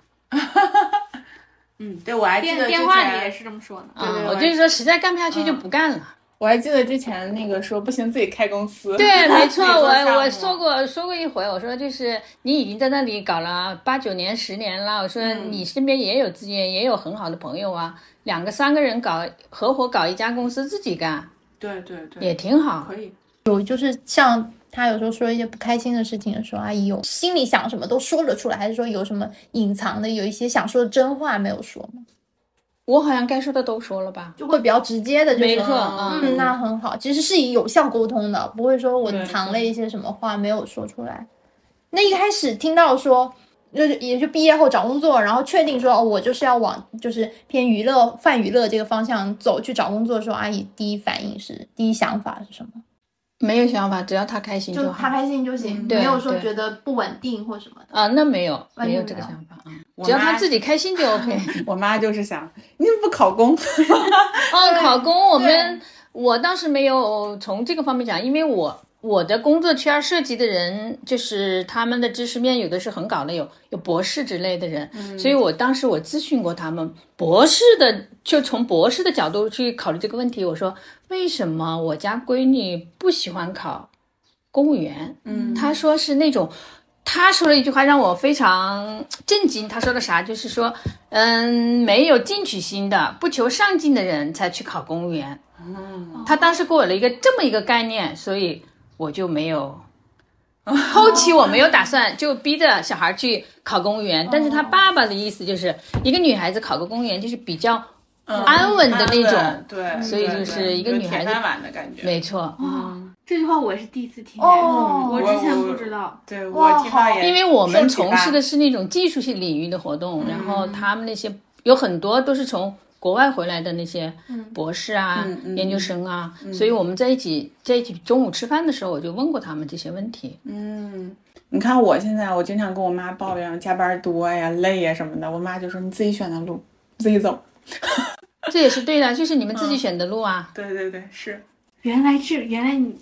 [SPEAKER 3] 嗯对，我还记得之前，
[SPEAKER 6] 是这么说的。
[SPEAKER 5] 啊、
[SPEAKER 3] 对对
[SPEAKER 5] 我
[SPEAKER 3] 对
[SPEAKER 5] 就是嗯说，实在干不下去就不干了。
[SPEAKER 3] 我还记得之前那个说不行自己开公司，
[SPEAKER 5] 对，没错，
[SPEAKER 3] 做项目
[SPEAKER 5] 我我说过说过一回，我说就是你已经在那里搞了八九年、十年了，我说你身边也有资源，也有很好的朋友啊，两个三个人搞合伙搞一家公司自己干
[SPEAKER 3] 对对对，
[SPEAKER 5] 也挺好。
[SPEAKER 3] 可以，
[SPEAKER 2] 就是像他有时候说一些不开心的事情的时候，阿姨有心里想什么都说了出来，还是说有什么隐藏的，有一些想说的真话没有说吗？
[SPEAKER 5] 我好像该说的都说了吧？
[SPEAKER 2] 就会比较直接的，就
[SPEAKER 5] 没
[SPEAKER 2] 是
[SPEAKER 5] 错，嗯，
[SPEAKER 2] 嗯，那很好，其实是有效沟通的，不会说我
[SPEAKER 3] 对
[SPEAKER 2] 藏了一些什么话没有说出来。那一开始听到说，就是也是毕业后找工作，然后确定说哦，我就是要往就是偏娱乐、泛娱乐这个方向走去找工作的时候，阿姨第一反应是第一想法是什么？
[SPEAKER 5] 没有想法，只要他开心
[SPEAKER 2] 就
[SPEAKER 5] 就
[SPEAKER 2] 他
[SPEAKER 5] 好。
[SPEAKER 2] 开心就行，
[SPEAKER 5] 对
[SPEAKER 2] 没有说
[SPEAKER 5] 对
[SPEAKER 2] 觉得不稳定或什么的。
[SPEAKER 5] 啊，那没有，
[SPEAKER 2] 完全
[SPEAKER 5] 没有这个
[SPEAKER 2] 没有
[SPEAKER 5] 想法啊，
[SPEAKER 3] 我
[SPEAKER 5] 只要他
[SPEAKER 3] 妈
[SPEAKER 5] 自己开心就 OK。
[SPEAKER 3] 我妈就是想，你怎么不考公？
[SPEAKER 5] 哦，考公我们我倒是没有从这个方面讲，因为我我的工作圈儿涉及的人，就是他们的知识面有的是很高的，有有博士之类的人，所以我当时我咨询过他们，博士的就从博士的角度去考虑这个问题，我说为什么我家闺女不喜欢考公务员？
[SPEAKER 3] 嗯
[SPEAKER 5] 他说是那种，他说了一句话让我非常震惊。他说的啥？就是说，嗯，没有进取心的、不求上进的人才去考公务员。他当时给我了一个这么一个概念，所以我就没有。后期我没有打算就逼着小孩去考公务员，但是他爸爸的意思就是一个女孩子考个公务员就是比较安稳的那种，
[SPEAKER 3] 对，
[SPEAKER 5] 所以
[SPEAKER 3] 对
[SPEAKER 5] 就
[SPEAKER 3] 对
[SPEAKER 5] 是一个
[SPEAKER 3] 有
[SPEAKER 5] 女孩
[SPEAKER 3] 铁
[SPEAKER 5] 子
[SPEAKER 3] 饭碗的感觉。
[SPEAKER 5] 没错，
[SPEAKER 6] 这句话我是第一次听，
[SPEAKER 2] 哦
[SPEAKER 6] 我之前不知道。
[SPEAKER 3] 对我听到也
[SPEAKER 5] 因为我们
[SPEAKER 3] 受启
[SPEAKER 5] 从
[SPEAKER 3] 发嗯
[SPEAKER 5] 事的是那种技术性领域的活动，然后他们那些有很多都是从国外回来的那些博士啊、
[SPEAKER 3] 嗯嗯
[SPEAKER 5] 研究生啊，所以我们在一起在一起中午吃饭的时候，我就问过他们这些问题。
[SPEAKER 3] 嗯，你看我现在，我经常跟我妈抱怨加班多呀、累呀什么的，我妈就说你自己选的路，自己走。
[SPEAKER 5] 这也是对的，就是你们
[SPEAKER 3] 嗯
[SPEAKER 5] 自己选的路啊。
[SPEAKER 3] 对对对，是
[SPEAKER 4] 原来这原来你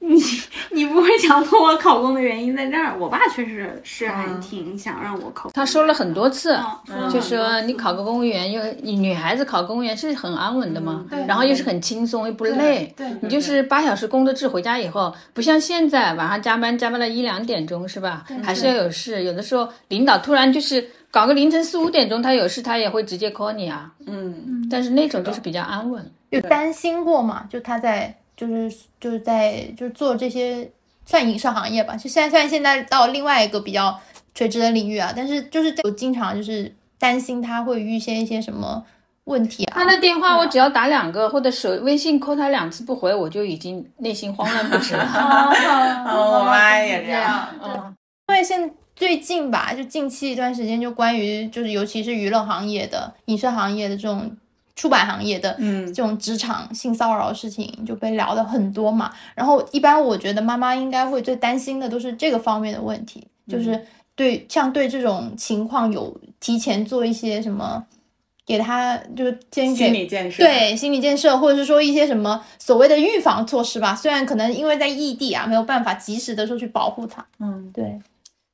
[SPEAKER 4] 你你不会想问我考公的原因在这儿。我爸确实是还
[SPEAKER 3] 嗯
[SPEAKER 4] 挺想让我考公的，
[SPEAKER 5] 他说了很多次，
[SPEAKER 4] 嗯，了很
[SPEAKER 5] 就
[SPEAKER 4] 多
[SPEAKER 5] 说
[SPEAKER 4] 次
[SPEAKER 5] 你考个公务员，又女孩子考公务员是很安稳的嘛，
[SPEAKER 3] 嗯对
[SPEAKER 5] 然后又是很轻松，又不累。
[SPEAKER 3] 嗯对，
[SPEAKER 5] 你就是八小时工作制，回家以后不像现在晚上加班，加班到一两点钟是吧？还是要有事。有的时候领导突然就是搞个凌晨四五点钟，他有事他也会直接 call 你啊。
[SPEAKER 3] 嗯，
[SPEAKER 5] 但是那种就是比较安稳。
[SPEAKER 2] 有担心过嘛？就他在就是就是在就是做这些算影视行业吧，就现在虽然现在到另外一个比较垂直的领域啊，但是就是有经常就是担心他会遇见一些什么问题啊
[SPEAKER 5] 他。的电话我只要打两个，或者手微信 call 他两次不回，我就已经内心慌乱不止
[SPEAKER 2] 哦
[SPEAKER 5] 了。
[SPEAKER 3] 嗯，我妈也这样。
[SPEAKER 2] 因为现最近吧，就近期一段时间，就关于就是尤其是娱乐行业的、影视行业的这种出版行业的，
[SPEAKER 3] 嗯
[SPEAKER 2] 这种职场性骚扰的事情就被聊的很多嘛。然后一般我觉得妈妈应该会最担心的都是这个方面的问题，
[SPEAKER 3] 嗯
[SPEAKER 2] 就是对像对这种情况有提前做一些什么，给他就是
[SPEAKER 5] 嗯
[SPEAKER 2] 建议
[SPEAKER 3] 心
[SPEAKER 2] 给
[SPEAKER 3] 理建设，
[SPEAKER 2] 对心理建设，或者是说一些什么所谓的预防措施吧。虽然可能因为在异地啊，没有办法及时的说去保护他，
[SPEAKER 3] 嗯，
[SPEAKER 2] 对。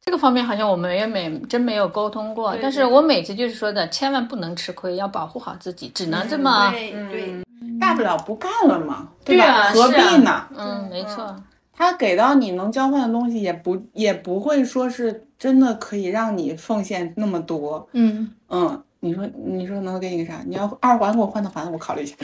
[SPEAKER 5] 这个方面好像我们也没真没有沟通过，但是我每次就是说的，千万不能吃亏，要保护好自己，只能这么。
[SPEAKER 4] 对对，
[SPEAKER 3] 大不了不干了嘛，
[SPEAKER 5] 对
[SPEAKER 3] 吧？
[SPEAKER 5] 啊，
[SPEAKER 3] 何
[SPEAKER 5] 是
[SPEAKER 3] 必
[SPEAKER 5] 啊
[SPEAKER 3] 呢？
[SPEAKER 5] 嗯，没错。
[SPEAKER 3] 他给到你能交换的东西，也不也不会说是真的可以让你奉献那么多。
[SPEAKER 2] 嗯，
[SPEAKER 3] 嗯，你说你说能给你个啥？你要二环给我换套房子，我考虑一下。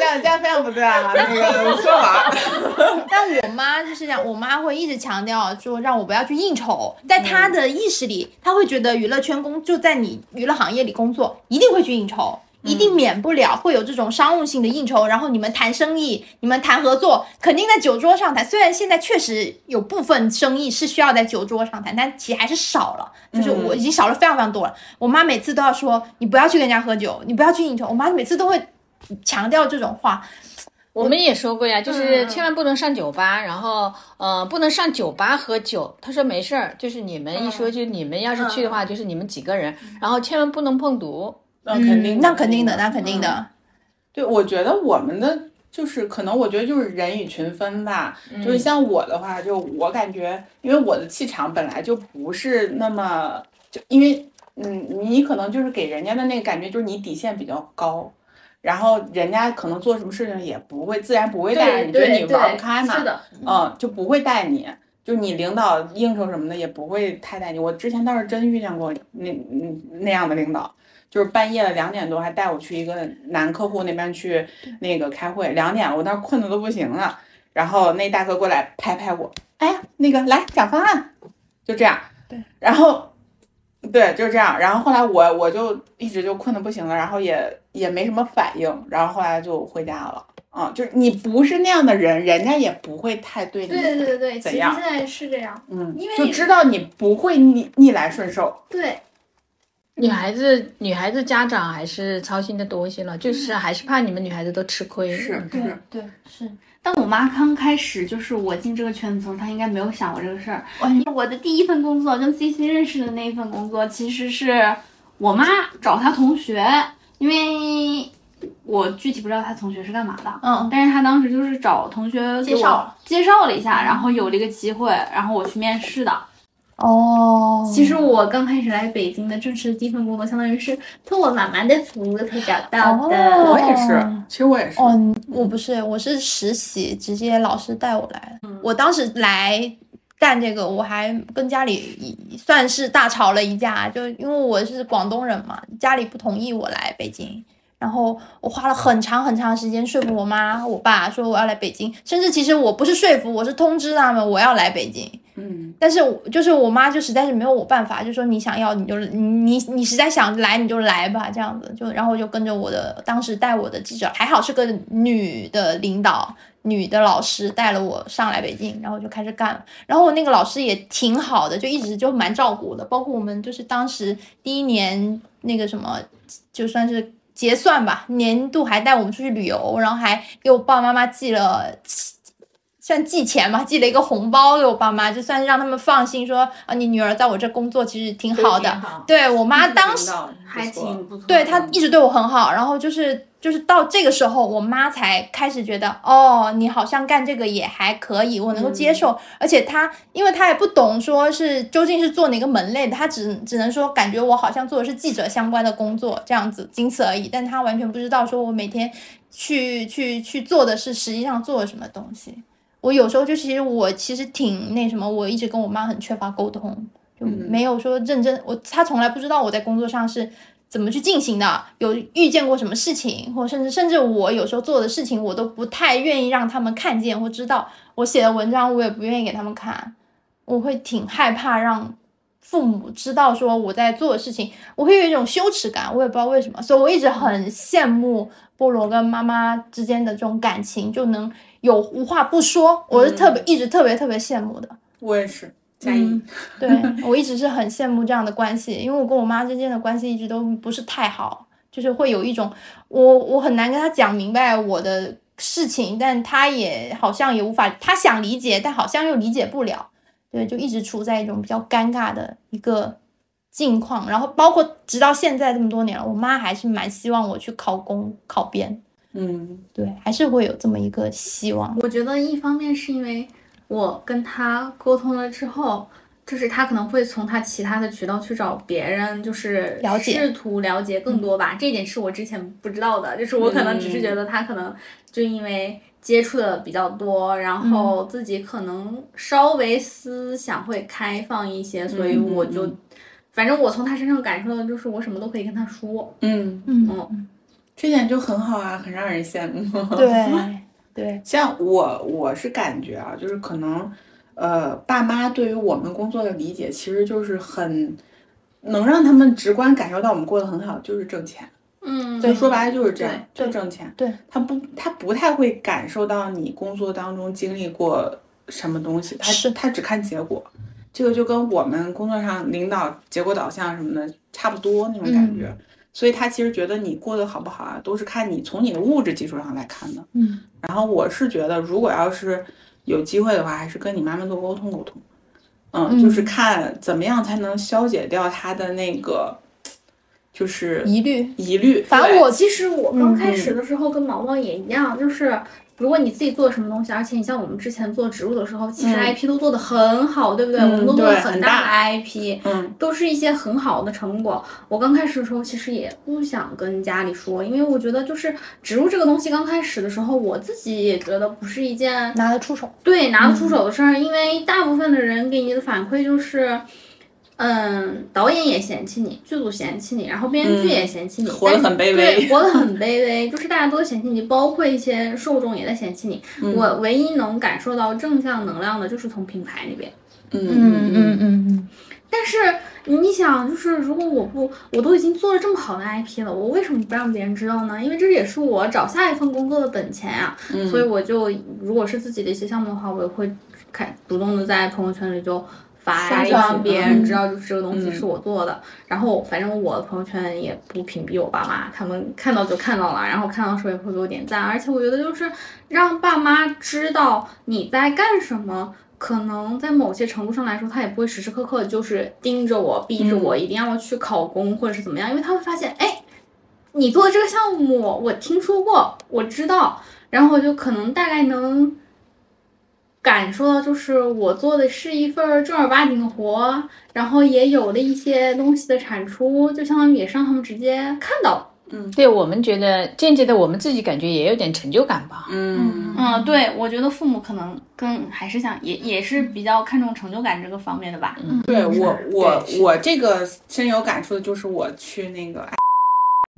[SPEAKER 3] 这样这样非常不对啊！那个我说完，
[SPEAKER 2] 但我妈就是这样，我妈会一直强调说让我不要去应酬，在她的意识里，她会觉得娱乐圈工就在你娱乐行业里工作，一定会去应酬，一定免不了会有这种商务性的应酬。然后你们谈生意，你们谈合作，肯定在酒桌上谈。虽然现在确实有部分生意是需要在酒桌上谈，但其实还是少了，就是我已经少了非常非常多了。我妈每次都要说你不要去跟人家喝酒，你不要去应酬。我妈每次都会强调这种话，
[SPEAKER 5] 我们也说过呀，就是千万不能上酒吧，然后呃，不能上酒吧喝酒。他说没事儿，就是你们一说，就你们要是去的话，就是你们几个人，然后千万不能碰毒。
[SPEAKER 3] 那
[SPEAKER 2] 嗯那肯定的，那肯定的。
[SPEAKER 3] 对，我觉得我们的就是可能，我觉得就是人与群分吧。
[SPEAKER 6] 嗯
[SPEAKER 3] 就是像我的话，就我感觉，因为我的气场本来就不是那么，就因为嗯，你可能就是给人家的那个感觉就是你底线比较高。然后人家可能做什么事情也不会自然不会带着你，觉得你玩不开嘛，
[SPEAKER 6] 是的，
[SPEAKER 3] 嗯，就不会带你，就你领导应酬什么的也不会太带你。我之前倒是真遇见过那嗯那样的领导，就是半夜了两点多还带我去一个男客户那边去那个开会，两点了我那儿困的都不行了，然后那大哥过来拍拍我，哎呀，那个来讲方案，就这样，对，然后。对，就是这样。然后后来我我就一直就困的不行了，然后也也没什么反应，然后后来就回家了。啊，就是你不是那样的人，人家也不会太对你，
[SPEAKER 6] 对对对对，其
[SPEAKER 3] 怎
[SPEAKER 6] 实
[SPEAKER 3] 样
[SPEAKER 6] 现在是这样，
[SPEAKER 3] 嗯，
[SPEAKER 6] 因为
[SPEAKER 3] 就知道你不会逆逆来顺受。
[SPEAKER 6] 对，
[SPEAKER 5] 女孩子，女孩子家长还是操心的多一些了，就是还是怕你们女孩子都吃亏。嗯
[SPEAKER 3] 是，
[SPEAKER 2] 对，是。
[SPEAKER 4] 但我妈刚开始就是我进这个圈子的时候，她应该没有想过这个事儿。因为我的第一份工作跟 C C 认识的那一份工作，其实是我妈找她同学，因为我具体不知道她同学是干嘛的，
[SPEAKER 2] 嗯
[SPEAKER 4] 但是她当时就是找同学给我
[SPEAKER 2] 介绍
[SPEAKER 4] 介绍了一下，然后有了一个机会，然后我去面试的。
[SPEAKER 2] 哦，
[SPEAKER 6] 其实我刚开始来北京的正式第一份工作，相当于是托我妈妈的福才找到
[SPEAKER 2] 哦
[SPEAKER 6] 的。
[SPEAKER 3] 我也是，其实我也是。
[SPEAKER 2] 哦，你我不是，我是实习，直接老师带我来的。我当时来干这个，我还跟家里算是大吵了一架，就因为我是广东人嘛，家里不同意我来北京。然后我花了很长很长时间说服我妈、我爸说我要来北京，甚至其实我不是说服，我是通知他们我要来北京。
[SPEAKER 3] 嗯，
[SPEAKER 2] 但是我就是我妈就实在是没有我办法，就说你想要你就你你你实在想来你就来吧，这样子就然后就跟着我的当时带我的记者，还好是个女的领导，女的老师带了我上来北京，然后就开始干了。然后我那个老师也挺好的，就一直就蛮照顾我的，包括我们就是当时第一年那个什么，就算是结算吧，年度还带我们出去旅游，然后还给我爸爸妈妈寄了。算寄钱吧，寄了一个红包给我爸妈，就算是让他们放心说，啊，你女儿在我这工作其实挺好的。对我妈当时
[SPEAKER 6] 还挺不错的。
[SPEAKER 2] 对她一直对我很好，然后就是就是到这个时候，我妈才开始觉得，哦，你好像干这个也还可以，我能够接
[SPEAKER 6] 嗯
[SPEAKER 2] 受。而且她，因为她也不懂说是究竟是做哪个门类的，她只只能说感觉我好像做的是记者相关的工作这样子，仅此而已。但她完全不知道说我每天去去去做的是实际上做了什么东西。我有时候就其实我其实挺那什么，我一直跟我妈很缺乏沟通，就没有说认真。我她从来不知道我在工作上是怎么去进行的，有遇见过什么事情，或甚至甚至我有时候做的事情，我都不太愿意让他们看见或知道。我写的文章我也不愿意给他们看，我会挺害怕让父母知道说我在做的事情，我会有一种羞耻感，我也不知道为什么。所以我一直很羡慕菠萝跟妈妈之间的这种感情，就能。有无话不说，我是特别、一直特别特别羡慕的。
[SPEAKER 3] 我也是，加一、
[SPEAKER 2] 嗯对我一直是很羡慕这样的关系，因为我跟我妈之间的关系一直都不是太好，就是会有一种我我很难跟她讲明白我的事情，但她也好像也无法，她想理解，但好像又理解不了，对，就一直处在一种比较尴尬的一个境况。然后包括直到现在这么多年了，我妈还是蛮希望我去考公考编，
[SPEAKER 3] 嗯，
[SPEAKER 2] 对，还是会有这么一个希望。
[SPEAKER 6] 我觉得一方面是因为我跟他沟通了之后，就是他可能会从他其他的渠道去找别人，就是
[SPEAKER 2] 了解嗯
[SPEAKER 6] 试图了解更多吧。这一点是我之前不知道的，就是我可能只
[SPEAKER 3] 嗯
[SPEAKER 6] 是觉得他可能就因为接触的比较多，然后
[SPEAKER 2] 嗯
[SPEAKER 6] 自己可能稍微思想会开放一些，所以我
[SPEAKER 3] 嗯
[SPEAKER 6] 就。反正我从他身上感受到，就是我什么都可以跟他说，
[SPEAKER 3] 嗯，
[SPEAKER 6] 嗯，
[SPEAKER 3] 这点就很好啊，很让人羡慕。
[SPEAKER 2] 对对，
[SPEAKER 3] 像我，我是感觉啊，就是可能，呃，爸妈对于我们工作的理解，其实就是很能让他们直观感受到我们过得很好，就是挣钱。
[SPEAKER 6] 嗯，
[SPEAKER 3] 就说白了就是这样，
[SPEAKER 2] 对
[SPEAKER 3] 就挣钱。
[SPEAKER 2] 对，
[SPEAKER 3] 他不，他不太会感受到你工作当中经历过什么东西，他
[SPEAKER 2] 是
[SPEAKER 3] 他只看结果。这个就跟我们工作上领导结果导向什么的差不多那种感
[SPEAKER 2] 嗯
[SPEAKER 3] 觉。所以他其实觉得你过得好不好啊，都是看你从你的物质基础上来看的。
[SPEAKER 2] 嗯，
[SPEAKER 3] 然后我是觉得，如果要是有机会的话，还是跟你妈妈多沟通沟通。嗯，就是看怎么样才能消解掉他的那个，就是
[SPEAKER 2] 疑虑。
[SPEAKER 3] 疑虑。
[SPEAKER 2] 反正
[SPEAKER 3] 对
[SPEAKER 2] 我
[SPEAKER 6] 其实我
[SPEAKER 3] 嗯
[SPEAKER 6] 刚开始的时候跟毛毛也一样，就是如果你自己做什么东西，而且你像我们之前做植入的时候，其实
[SPEAKER 3] 嗯
[SPEAKER 6] IP 都做的很好，对不对？
[SPEAKER 3] 嗯
[SPEAKER 6] 我们都做了
[SPEAKER 3] 对
[SPEAKER 6] 很
[SPEAKER 3] 很
[SPEAKER 6] 大
[SPEAKER 3] 大
[SPEAKER 6] 的 IP，
[SPEAKER 3] 嗯
[SPEAKER 6] 都是一些很好的成果。我刚开始的时候其实也不想跟家里说，因为我觉得就是植入这个东西，刚开始的时候我自己也觉得不是一件
[SPEAKER 2] 拿得出手，
[SPEAKER 6] 对拿
[SPEAKER 3] 嗯
[SPEAKER 6] 得出手的事儿，因为大部分的人给你的反馈就是。嗯，导演也嫌弃你，剧组嫌弃你，然后编剧也嫌弃
[SPEAKER 3] 嗯
[SPEAKER 6] 你，
[SPEAKER 3] 活得很卑微
[SPEAKER 6] 对，活得很卑微，就是大家都嫌弃你，包括一些受众也在嫌弃你。
[SPEAKER 3] 嗯
[SPEAKER 6] 我唯一能感受到正向能量的，就是从品牌那边。
[SPEAKER 3] 嗯嗯
[SPEAKER 2] 嗯
[SPEAKER 6] 但是你想，就是如果我不，我都已经做了这么好的 IP 了，我为什么不让别人知道呢？因为这也是我找下一份工作的本钱啊。
[SPEAKER 3] 嗯
[SPEAKER 6] 所以我就如果是自己的一些项目的话，我也会开主动的在朋友圈里就发呀，
[SPEAKER 3] 宣传
[SPEAKER 6] 让别人
[SPEAKER 3] 嗯
[SPEAKER 6] 知道就是这个东西
[SPEAKER 3] 嗯
[SPEAKER 6] 是我做的。然后反正我的朋友圈也不屏蔽我爸妈，他们看到就看到了，然后看到的时候也会给我点赞。而且我觉得就是让爸妈知道你在干什么。可能在某些程度上来说，他也不会时时刻刻就是盯着我、逼着我一定要去考公或者是怎么样，因为他会发现，哎，你做的这个项目我听说过，我知道，然后我就可能大概能感受到，就是我做的是一份儿正儿八经的活，然后也有了一些东西的产出，就相当于也是让他们直接看到。
[SPEAKER 5] 对我们觉得间接的，我们自己感觉也有点成就感吧。
[SPEAKER 3] 嗯
[SPEAKER 6] 嗯，对，我觉得父母可能更还是想也也是比较看重成就感这个方面的吧。嗯，
[SPEAKER 3] 对我我
[SPEAKER 6] 对是
[SPEAKER 3] 我这个深有感触的就是我去那个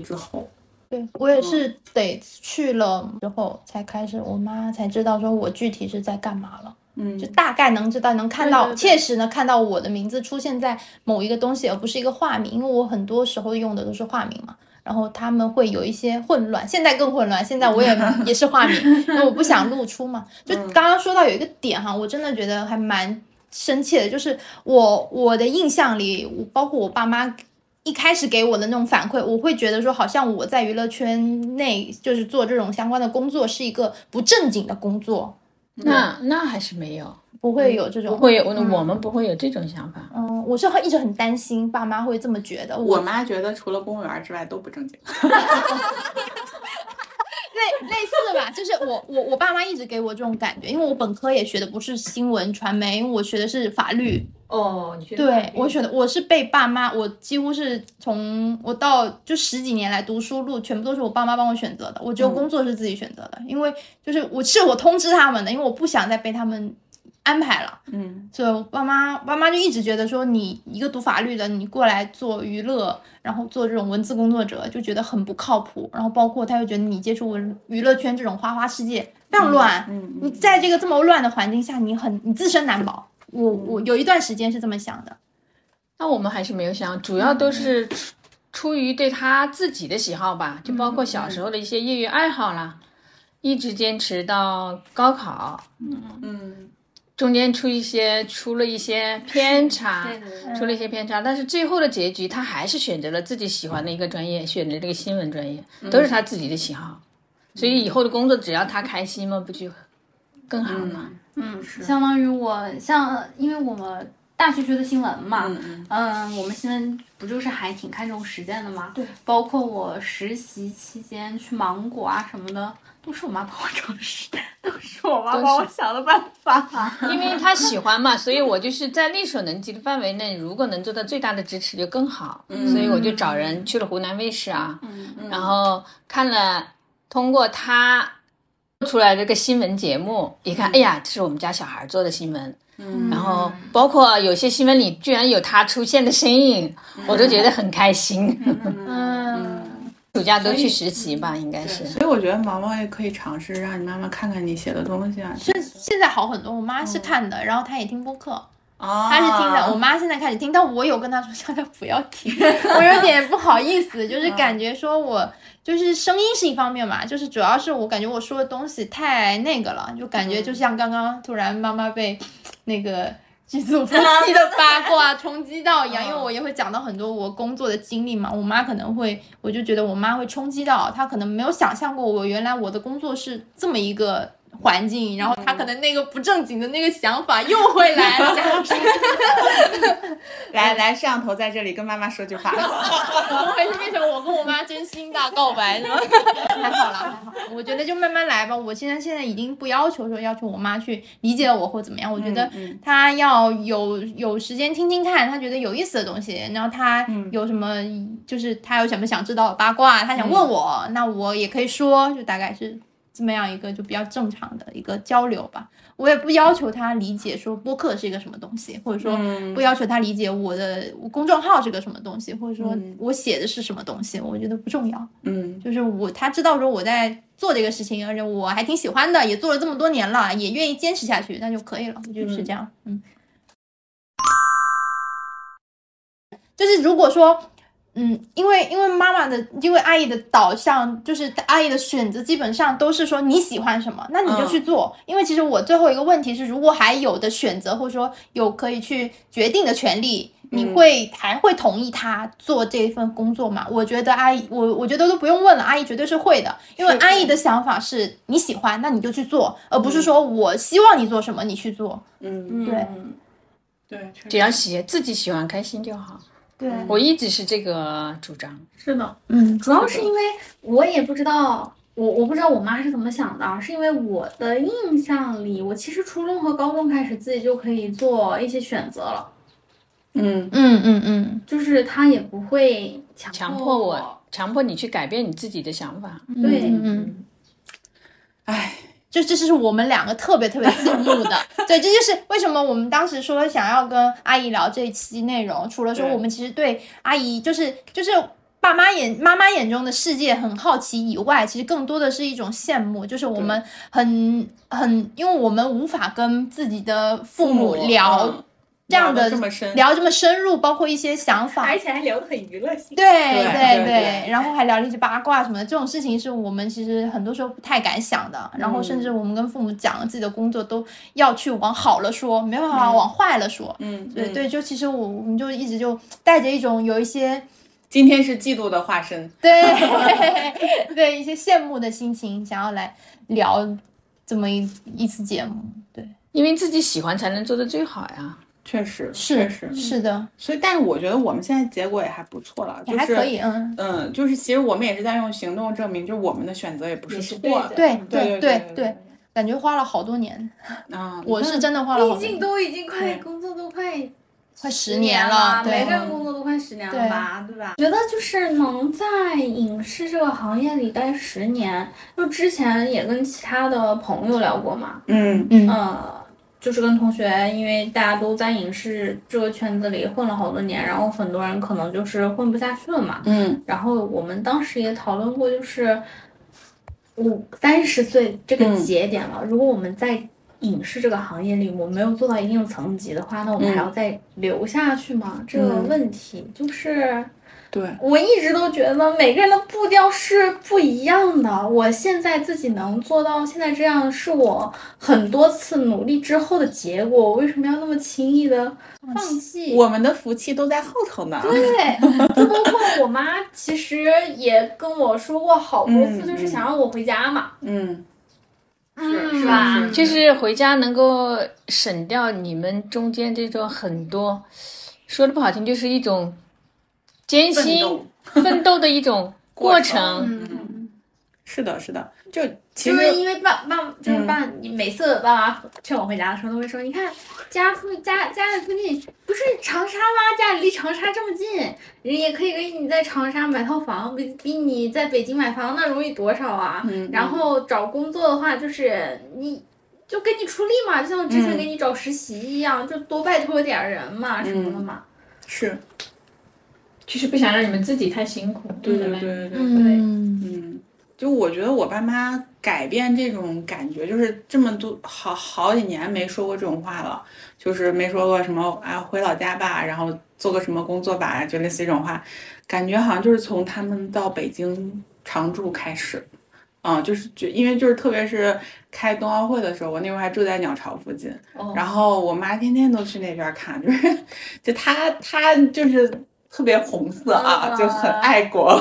[SPEAKER 3] 之后，
[SPEAKER 2] 对我也是得去了之后才开始，我妈才知道说我具体是在干嘛了，
[SPEAKER 3] 嗯
[SPEAKER 2] 就大概能知道能看
[SPEAKER 6] 对
[SPEAKER 2] 到
[SPEAKER 6] 对对
[SPEAKER 2] 切实能看到我的名字出现在某一个东西，而不是一个化名，因为我很多时候用的都是化名嘛。然后他们会有一些混乱，现在更混乱。现在我也也是化名，因为我不想露出嘛。就刚刚说到有一个点哈，我真的觉得还蛮生气的，就是我我的印象里，我包括我爸妈一开始给我的那种反馈，我会觉得说，好像我在娱乐圈内就是做这种相关的工作是一个不正经的工作，
[SPEAKER 5] 那那还是没有，
[SPEAKER 2] 不会有这种
[SPEAKER 5] 不。会有，我们不会有这种想法。
[SPEAKER 2] 嗯，我是很一直很担心爸妈会这么觉得。
[SPEAKER 3] 我妈觉得除了公务员之外都不正经。
[SPEAKER 2] 类类似吧，就是我我我爸妈一直给我这种感觉，因为我本科也学的不是新闻传媒，因为我学的是法律。
[SPEAKER 5] 哦，你觉
[SPEAKER 2] 对我选的，我是被爸妈，我几乎是从我到就十几年来读书路，全部都是我爸妈帮我选择的。我只有工作是自己选择的，因为就是我是我通知他们的，因为我不想再被他们安排了。
[SPEAKER 3] 嗯，
[SPEAKER 2] 所以我爸妈爸妈就一直觉得说你一个读法律的，你过来做娱乐，然后做这种文字工作者，就觉得很不靠谱。然后包括他又觉得你接触文娱乐圈这种花花世界非常乱，
[SPEAKER 3] 嗯
[SPEAKER 2] 你在这个这么乱的环境下，你很你自身难保。我
[SPEAKER 3] 嗯
[SPEAKER 2] 我有一段时间是这么想的，
[SPEAKER 5] 那我们还是没有想，主要都是出出于对他自己的喜好吧，就包括小时候的一些业余爱好啦，一直坚持到高考，
[SPEAKER 3] 嗯，
[SPEAKER 5] 中间出一些出了一些偏
[SPEAKER 4] 嗯
[SPEAKER 5] 差，出了一些偏差，但是最后的结局他还是选择了自己喜欢的一个专业，选择这个新闻专业，都是他自己的喜好，所以以后的工作只要他开心嘛，不就更好吗？
[SPEAKER 6] 嗯
[SPEAKER 4] 相当于我像，因为我们大学学的新闻嘛，嗯我们新闻不就是还挺看重实践的嘛？对，包括我实习期间去芒果啊什么的，都是我妈帮我找实，都是我妈帮我想的办法。
[SPEAKER 5] 因为他喜欢嘛，所以我就是在力所能及的范围内，如果能做到最大的支持就更好。
[SPEAKER 3] 嗯
[SPEAKER 5] 所以我就找人去了湖南卫视啊，
[SPEAKER 6] 嗯
[SPEAKER 5] 然后看了通过他出来这个新闻节目，一看，哎呀，这是我们家小孩做的新闻。
[SPEAKER 3] 嗯
[SPEAKER 5] 然后包括有些新闻里居然有他出现的身影，
[SPEAKER 3] 嗯
[SPEAKER 5] 我都觉得很开心。
[SPEAKER 2] 嗯，
[SPEAKER 5] 暑假都去实习吧，应该是。
[SPEAKER 3] 所以我觉得毛毛也可以尝试让你妈妈看看你写的东西啊。
[SPEAKER 2] 现现在好很多。我妈是
[SPEAKER 3] 嗯
[SPEAKER 2] 看的，然后她也听播客，
[SPEAKER 3] 啊，
[SPEAKER 2] 她是听的。我妈现在开始听，但我有跟她说叫她不要 听，我有点不好意 思，就是感觉说我就是声音是一方面嘛，就是主要是我感觉我说的东西太那个了，就感觉就像刚刚突然妈妈被那个。剧组夫妻的八卦冲击到嗯一样，因为我也会讲到很多我工作的经历嘛。我妈可能会，我就觉得我妈会冲击到，她可能没有想象过我原来我的工作是这么一个环境，然后她可能那个不正经的那个想法又会来了，
[SPEAKER 3] 来来，摄像头在这里跟妈妈说句话。
[SPEAKER 2] 还是变成我跟我妈真心大告白呢？ 还好啦，还好，我觉得就慢慢来吧。我现在现在已经不要求说要求我妈去理解我或怎么样，我觉得
[SPEAKER 3] 嗯
[SPEAKER 2] 她要有有时间听听看，她觉得有意思的东西，然后她有什么、就是她有什么想知道的八卦，她想问我，那我也可以说，就大概是这么样一个就比较正常的一个交流吧。我也不要求她理解说播客是一个什么东西，或者说
[SPEAKER 3] 嗯
[SPEAKER 2] 不要求她理解我的我公众号是个什么东西，或者说我写的是什么东西，我觉得不重要。
[SPEAKER 3] 嗯
[SPEAKER 2] 就是我他知道说我在做这个事情，而且我还挺喜欢的，也做了这么多年了，也愿意坚持下去，那就可以了。我觉得是这样，嗯。就是如果说，嗯，因为因为妈妈的，因为阿姨的导向，就是阿姨的选择，基本上都是说你喜欢什么，那你就去做。因为其实我最后一个问题是，如果还有的选择，或者说有可以去决定的权利，你会还会同意她做这份工作吗？我觉得阿姨，我我觉得都不用问了，阿姨绝对是会的，因为阿姨的想法是嗯你喜欢，那你就去做，而不是说我希望你做什么你去做。
[SPEAKER 3] 嗯，
[SPEAKER 2] 对
[SPEAKER 3] 对，
[SPEAKER 5] 只要喜自己喜欢开心就好。
[SPEAKER 2] 对，
[SPEAKER 5] 我一直是这个主张。
[SPEAKER 3] 是的，
[SPEAKER 2] 嗯，
[SPEAKER 4] 主要是因为我也不知道，我我不知道我妈是怎么想的啊，是因为我的印象里，我其实初中和高中开始自己就可以做一些选择了，
[SPEAKER 3] 嗯
[SPEAKER 2] 嗯嗯嗯
[SPEAKER 4] 就是她也不会强
[SPEAKER 5] 强
[SPEAKER 4] 迫
[SPEAKER 5] 迫
[SPEAKER 3] 哦
[SPEAKER 5] 我，强迫你去改变你自己的想法。
[SPEAKER 2] 嗯，
[SPEAKER 4] 对
[SPEAKER 2] 嗯嗯。
[SPEAKER 3] 哎，
[SPEAKER 2] 就这是我们两个特别特别羡慕的，对，这就是为什么我们当时说想要跟阿姨聊这一期内容。除了说
[SPEAKER 3] 对
[SPEAKER 2] 我们其实对阿姨就是就是爸妈眼妈妈眼中的世界很好奇以外，其实更多的是一种羡慕，就是我们很很，因为我们无法跟自己的父母聊
[SPEAKER 3] 嗯
[SPEAKER 2] 这样
[SPEAKER 3] 聊
[SPEAKER 2] 的
[SPEAKER 3] 得这么深，
[SPEAKER 2] 聊这么深入，包括一些想法，
[SPEAKER 6] 而且还聊得很娱乐性。
[SPEAKER 2] 对
[SPEAKER 3] 对
[SPEAKER 2] 对
[SPEAKER 3] 对对
[SPEAKER 2] 然后还聊了一些八卦什么的，这种事情是我们其实很多时候不太敢想的。然后甚至我们跟父母讲了自己的工作，都要去往好了说，没办法往坏了说。
[SPEAKER 3] 嗯，
[SPEAKER 2] 对
[SPEAKER 3] 嗯。
[SPEAKER 2] 对，就其实我我们就一直就带着一种有一些
[SPEAKER 3] 今天是嫉妒的 化身，
[SPEAKER 2] 对对一些羡慕的心情，想要来聊这么一一次节目，对，
[SPEAKER 5] 因为自己喜欢才能做的最好呀。
[SPEAKER 3] 确实确
[SPEAKER 2] 是
[SPEAKER 3] 实，
[SPEAKER 2] 是的，
[SPEAKER 3] 所以但是我觉得我们现在结果也还不错了，
[SPEAKER 2] 也
[SPEAKER 3] 就
[SPEAKER 2] 还
[SPEAKER 3] 是
[SPEAKER 2] 可以，嗯，
[SPEAKER 3] 嗯，就是其实我们也是在用行动证明，就是我们的选择也不是
[SPEAKER 6] 也是
[SPEAKER 3] 错
[SPEAKER 6] 对的
[SPEAKER 2] 对
[SPEAKER 3] 对
[SPEAKER 2] 对
[SPEAKER 3] 对
[SPEAKER 2] 对，感觉花了好多年，
[SPEAKER 3] 啊，
[SPEAKER 2] 我
[SPEAKER 3] 那
[SPEAKER 2] 是真的花了好
[SPEAKER 6] 毕
[SPEAKER 2] 多
[SPEAKER 6] 竟
[SPEAKER 2] 年，
[SPEAKER 6] 都已经快
[SPEAKER 3] 对
[SPEAKER 6] 工作都快
[SPEAKER 2] 快十
[SPEAKER 6] 十
[SPEAKER 2] 年
[SPEAKER 6] 了，
[SPEAKER 2] 对
[SPEAKER 6] 每个，人工作都快十年了
[SPEAKER 2] 对
[SPEAKER 6] 吧，对吧？觉得就是能在影视这个行业里待十年，就之前也跟其他的朋友聊过嘛，
[SPEAKER 3] 嗯
[SPEAKER 2] 嗯，
[SPEAKER 6] 呃，就是跟同学，因为大家都在影视这个圈子里混了好多年，然后很多人可能就是混不下去了嘛。
[SPEAKER 3] 嗯
[SPEAKER 6] 然后我们当时也讨论过，就是五三十岁这个
[SPEAKER 3] 嗯
[SPEAKER 6] 节点了，如果我们在影视这个行业里，我们没有做到一定层级的话，那我们
[SPEAKER 3] 嗯
[SPEAKER 6] 还要再留下去吗？这个
[SPEAKER 3] 嗯
[SPEAKER 6] 问题就是，
[SPEAKER 3] 对，
[SPEAKER 6] 我一直都觉得每个人的步调是不一样的。我现在自己能做到现在这样，是我很多次努力之后的结果。我为什么要那么轻易的放弃？
[SPEAKER 3] 我 们的福气都在后头呢。
[SPEAKER 6] 嗯对，就包括我妈，其实也跟我说过好多次，
[SPEAKER 3] 嗯
[SPEAKER 6] 就是想让我回家嘛，
[SPEAKER 3] 嗯，
[SPEAKER 6] 嗯
[SPEAKER 3] 是
[SPEAKER 6] 吧？
[SPEAKER 3] 是
[SPEAKER 5] 就是回家能够省掉你们中间这种很多，说的不好听，就是一种艰
[SPEAKER 3] 奋
[SPEAKER 5] 辛
[SPEAKER 3] 斗
[SPEAKER 5] 奋斗的一种
[SPEAKER 3] 过
[SPEAKER 5] 过
[SPEAKER 3] 程
[SPEAKER 5] 程。
[SPEAKER 4] 嗯，
[SPEAKER 3] 是的，是的，就其
[SPEAKER 6] 就
[SPEAKER 3] 实
[SPEAKER 6] 是因为爸爸，就是
[SPEAKER 3] 嗯
[SPEAKER 6] 爸，你每次爸妈劝我回家的时候，都会说：“你看家附家家里附近不是长沙吗？家里离长沙这么近，人也可以给你在长沙买套房，比比你在北京买房那容易多少啊？
[SPEAKER 3] 嗯嗯
[SPEAKER 6] 然后找工作的话，就是你就给你出力嘛，就像之
[SPEAKER 3] 嗯
[SPEAKER 6] 前给你找实习一样，就多拜托点儿人嘛，什么的嘛。
[SPEAKER 3] 是
[SPEAKER 5] 就是不想让你们自己太辛苦，
[SPEAKER 3] 对对对对对。
[SPEAKER 2] 嗯，
[SPEAKER 3] 嗯，就我觉得我爸妈改变这种感觉，就是这么多好好几年没说过这种话了，就是没说过什么啊回老家吧，然后做个什么工作吧，就类似于这种话，感觉好像就是从他们到北京常住开始。嗯，就是就因为就是特别是开冬奥会的时候，我那时候还住在鸟巢附近，然后我妈天天都去那边看，就是就她她就是特别红色啊，就很爱国，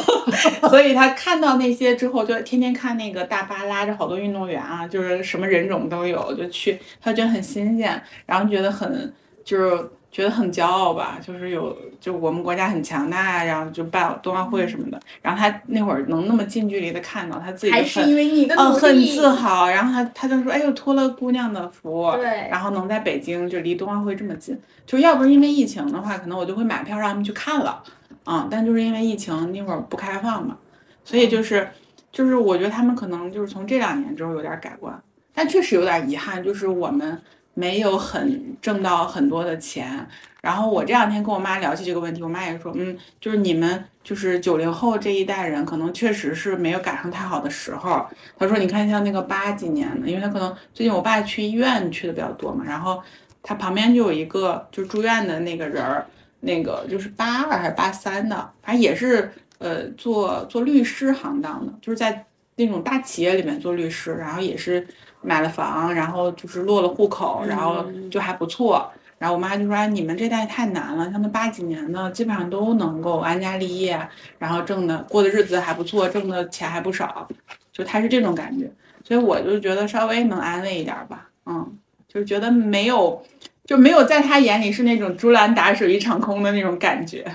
[SPEAKER 3] 所以她看到那些之后，就天天看那个大巴拉着好多运动员啊，就是什么人种都有，就去，她觉得很新鲜，然后觉得很就是。觉得很骄傲吧，就是有就我们国家很强大，啊然后就办冬奥会什么的，然后她那会儿能那么近距离的看到，她自己就
[SPEAKER 6] 嗯还是
[SPEAKER 3] 很
[SPEAKER 6] 因为你的
[SPEAKER 3] 嗯，
[SPEAKER 6] 努
[SPEAKER 3] 很
[SPEAKER 6] 力，
[SPEAKER 3] 自豪。然后他他就说：“哎呦，托了姑娘的福，
[SPEAKER 6] 对，
[SPEAKER 3] 然后能在北京就离冬奥会这么近，就要不是因为疫情的话，可能我就会买票让他们去看了。啊、但就是因为疫情那会儿不开放嘛，所以就是就是我觉得他们可能就是从这两年之后有点改观，但确实有点遗憾，就是我们没有很挣到很多的钱。然后我这两天跟我妈聊起这个问题，我妈也说，嗯，就是你们就是九零后这一代人，可能确实是没有赶上太好的时候。她说，你看像那个八几年的，因为她可能最近我爸去医院去的比较多嘛，然后他旁边就有一个就住院的那个人儿，那个就是八二还是八三的，反正也是呃做做律师行当的，就是在那种大企业里面做律师，然后也是买了房，然后就是落了户口，然后就还不错。然后我妈就说：“哎你们这代太难了，像那八几年的，基本上都能够安家立业，然后挣的过的日子还不错，挣的钱还不少，就她是这种感觉。所以我就觉得稍微能安慰一点儿吧，嗯，就是觉得没有，就没有在她眼里是那种竹篮打水一场空的那种感觉。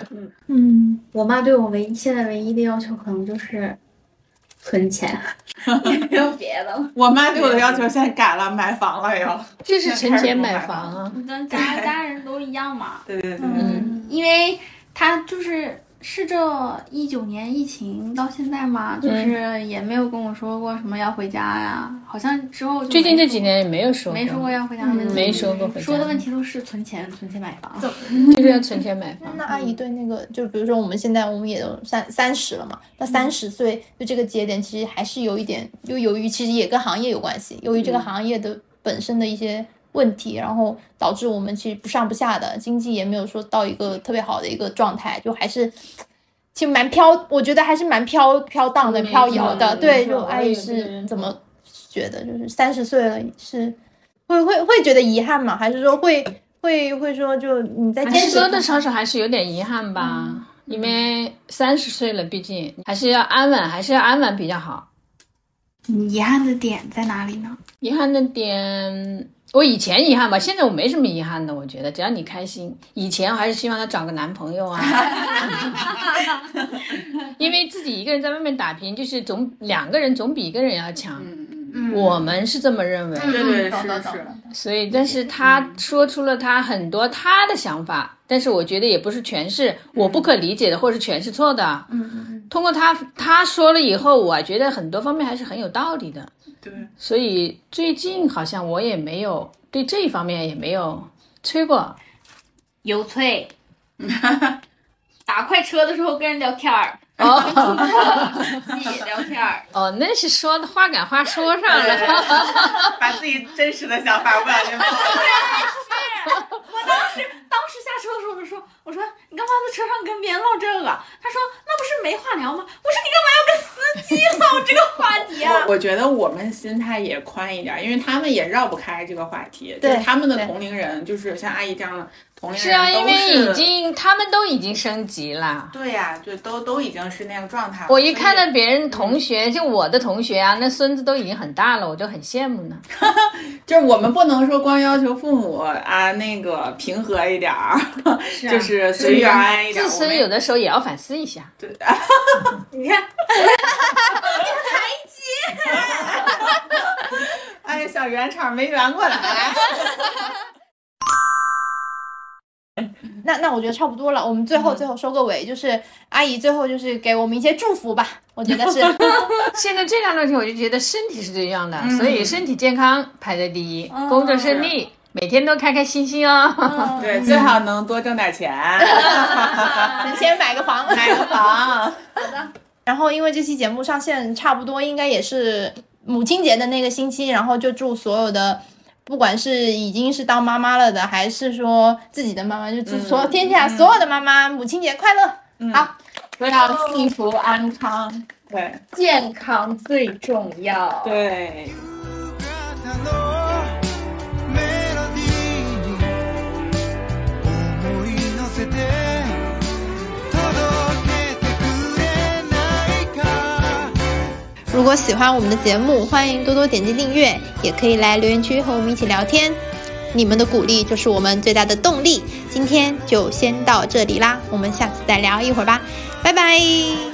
[SPEAKER 2] 嗯，
[SPEAKER 6] 我妈对我唯一现在唯一的要求，可能就是 存钱，没有别的了。
[SPEAKER 3] 我妈对我的要求现在改了，买房了要。
[SPEAKER 5] 就是存钱买
[SPEAKER 3] 买
[SPEAKER 5] 房啊。
[SPEAKER 6] 跟家家人都一样嘛，
[SPEAKER 3] 对对对对，
[SPEAKER 5] 嗯
[SPEAKER 6] 因为她就是是这一九年疫情到现在嘛，就是也没有跟我说过什么要回家呀，好像之后就
[SPEAKER 5] 最近
[SPEAKER 6] 没
[SPEAKER 5] 这
[SPEAKER 6] 说
[SPEAKER 5] 几年也没有说
[SPEAKER 6] 嗯没说过要回家的问题，
[SPEAKER 5] 没说过回家
[SPEAKER 6] 说的问题都是存钱、存钱买房。
[SPEAKER 5] 就是要存钱买房。
[SPEAKER 2] 那阿姨对那个，就比如说我们现在我们也都三三十了嘛，那
[SPEAKER 5] 嗯
[SPEAKER 2] 三十岁就这个节点，其实还是有一点，就由于其实也跟行业有关系，由于
[SPEAKER 5] 嗯
[SPEAKER 2] 这个行业的本身的一些问题，然后导致我们其实不上不下的，经济也没有说到一个特别好的一个状态，就还是。其实蛮飘，我觉得还是蛮飘飘荡的、
[SPEAKER 5] 没
[SPEAKER 2] 飘摇的。
[SPEAKER 5] 错
[SPEAKER 2] 对，
[SPEAKER 5] 没
[SPEAKER 2] 就
[SPEAKER 5] 错
[SPEAKER 2] 阿
[SPEAKER 5] 我
[SPEAKER 2] 姨
[SPEAKER 5] 也
[SPEAKER 2] 是
[SPEAKER 5] 是
[SPEAKER 2] 怎么觉得？就是三十岁了，是会会会觉得遗憾吗？还是说会会会说就你在
[SPEAKER 5] 还
[SPEAKER 2] 坚
[SPEAKER 5] 是
[SPEAKER 2] 持
[SPEAKER 5] 多多少少还是有点遗憾吧，因为三十岁了，毕竟还是要安稳，还是要安稳比较好。
[SPEAKER 4] 你遗憾的点在哪里呢？
[SPEAKER 5] 遗憾的点，我以前遗憾吧，现在我没什么遗憾的。我觉得只要你开心，以前还是希望他找个男朋友啊，因为自己一个人在外面打拼，就是总两个人总比一个人要强。
[SPEAKER 3] 嗯嗯，
[SPEAKER 4] 嗯，
[SPEAKER 5] 我们是这么认为，
[SPEAKER 3] 对对
[SPEAKER 2] 嗯懂
[SPEAKER 3] 是
[SPEAKER 2] 懂懂
[SPEAKER 3] 是，
[SPEAKER 5] 所以但是他说出了他很多他的想法，但是我觉得也不是全是我不可理解的，或是全是错的。
[SPEAKER 4] 嗯嗯
[SPEAKER 5] 通过他他说了以后，我觉得很多方面还是很有道理的。
[SPEAKER 3] 对，
[SPEAKER 5] 所以最近好像我也没有对这一方面也没有催过。
[SPEAKER 4] 油 脆，打快车的时候跟人聊天儿，
[SPEAKER 5] 哦
[SPEAKER 4] 自己聊天儿，
[SPEAKER 5] 哦，那是说的话赶话说上了，
[SPEAKER 3] 把自己真实的想法问你们。
[SPEAKER 4] 我当时当时下车的时候，我就说，我说你干嘛在车上跟别人唠这个？啊他说那不是没话聊吗？我说你干嘛要跟司机唠这个话 题啊？
[SPEAKER 3] 我我觉得我们心态也宽一点，因为他们也绕不开这个话题，就
[SPEAKER 2] 对
[SPEAKER 3] 是他们的
[SPEAKER 2] 对
[SPEAKER 3] 同龄人，就是像阿姨这样的同龄人
[SPEAKER 5] 是啊，因
[SPEAKER 3] 都
[SPEAKER 5] 为
[SPEAKER 3] 是
[SPEAKER 5] 已经他们都已经升级了。
[SPEAKER 3] 对呀、对，都都已经是那个状态了。
[SPEAKER 5] 我一看
[SPEAKER 3] 所以
[SPEAKER 5] 到别人同学，就我的同学啊，那孙子都已经很大了，我就很羡慕呢。
[SPEAKER 3] 就是我们不能说光要求父母啊，那个平和一点儿， 就是随遇而安一点儿。
[SPEAKER 5] 自
[SPEAKER 3] 我
[SPEAKER 5] 身
[SPEAKER 3] 们
[SPEAKER 5] 有的时候也要反思一下。
[SPEAKER 4] 你看，
[SPEAKER 3] 哎，小圆场没圆过 来。
[SPEAKER 2] 那那我觉得差不多了，我们最后最后收个尾，就是阿姨最后就是给我们一些祝福吧，我觉得是
[SPEAKER 5] 现在这两种情况，我就觉得身体是最重要的，所以身体健康排在第一，工作顺利，每天都开开心心 哦。
[SPEAKER 6] 嗯
[SPEAKER 3] 对，最好能多挣点钱，
[SPEAKER 2] 能先买个房。
[SPEAKER 3] 买个 房。
[SPEAKER 2] 然后因为这期节目上线差不多应该也是母亲节的那个星期，然后就祝所有的。不管是已经是当妈妈了的，还是说自己的妈妈，就
[SPEAKER 3] 嗯
[SPEAKER 2] 祝所有天下所有的妈妈母亲节快乐！
[SPEAKER 3] 都要幸福安康。对
[SPEAKER 6] 健康最重要。
[SPEAKER 3] 对。
[SPEAKER 7] 姿のメロディーに思い乗せて届けてくれないか
[SPEAKER 2] 如果喜欢我们的节目，欢迎多多点击订阅，也可以来留言区和我们一起聊天。你们的鼓励就是我们最大的动力。今天就先到这里啦，我们下次再聊一会儿吧，拜拜。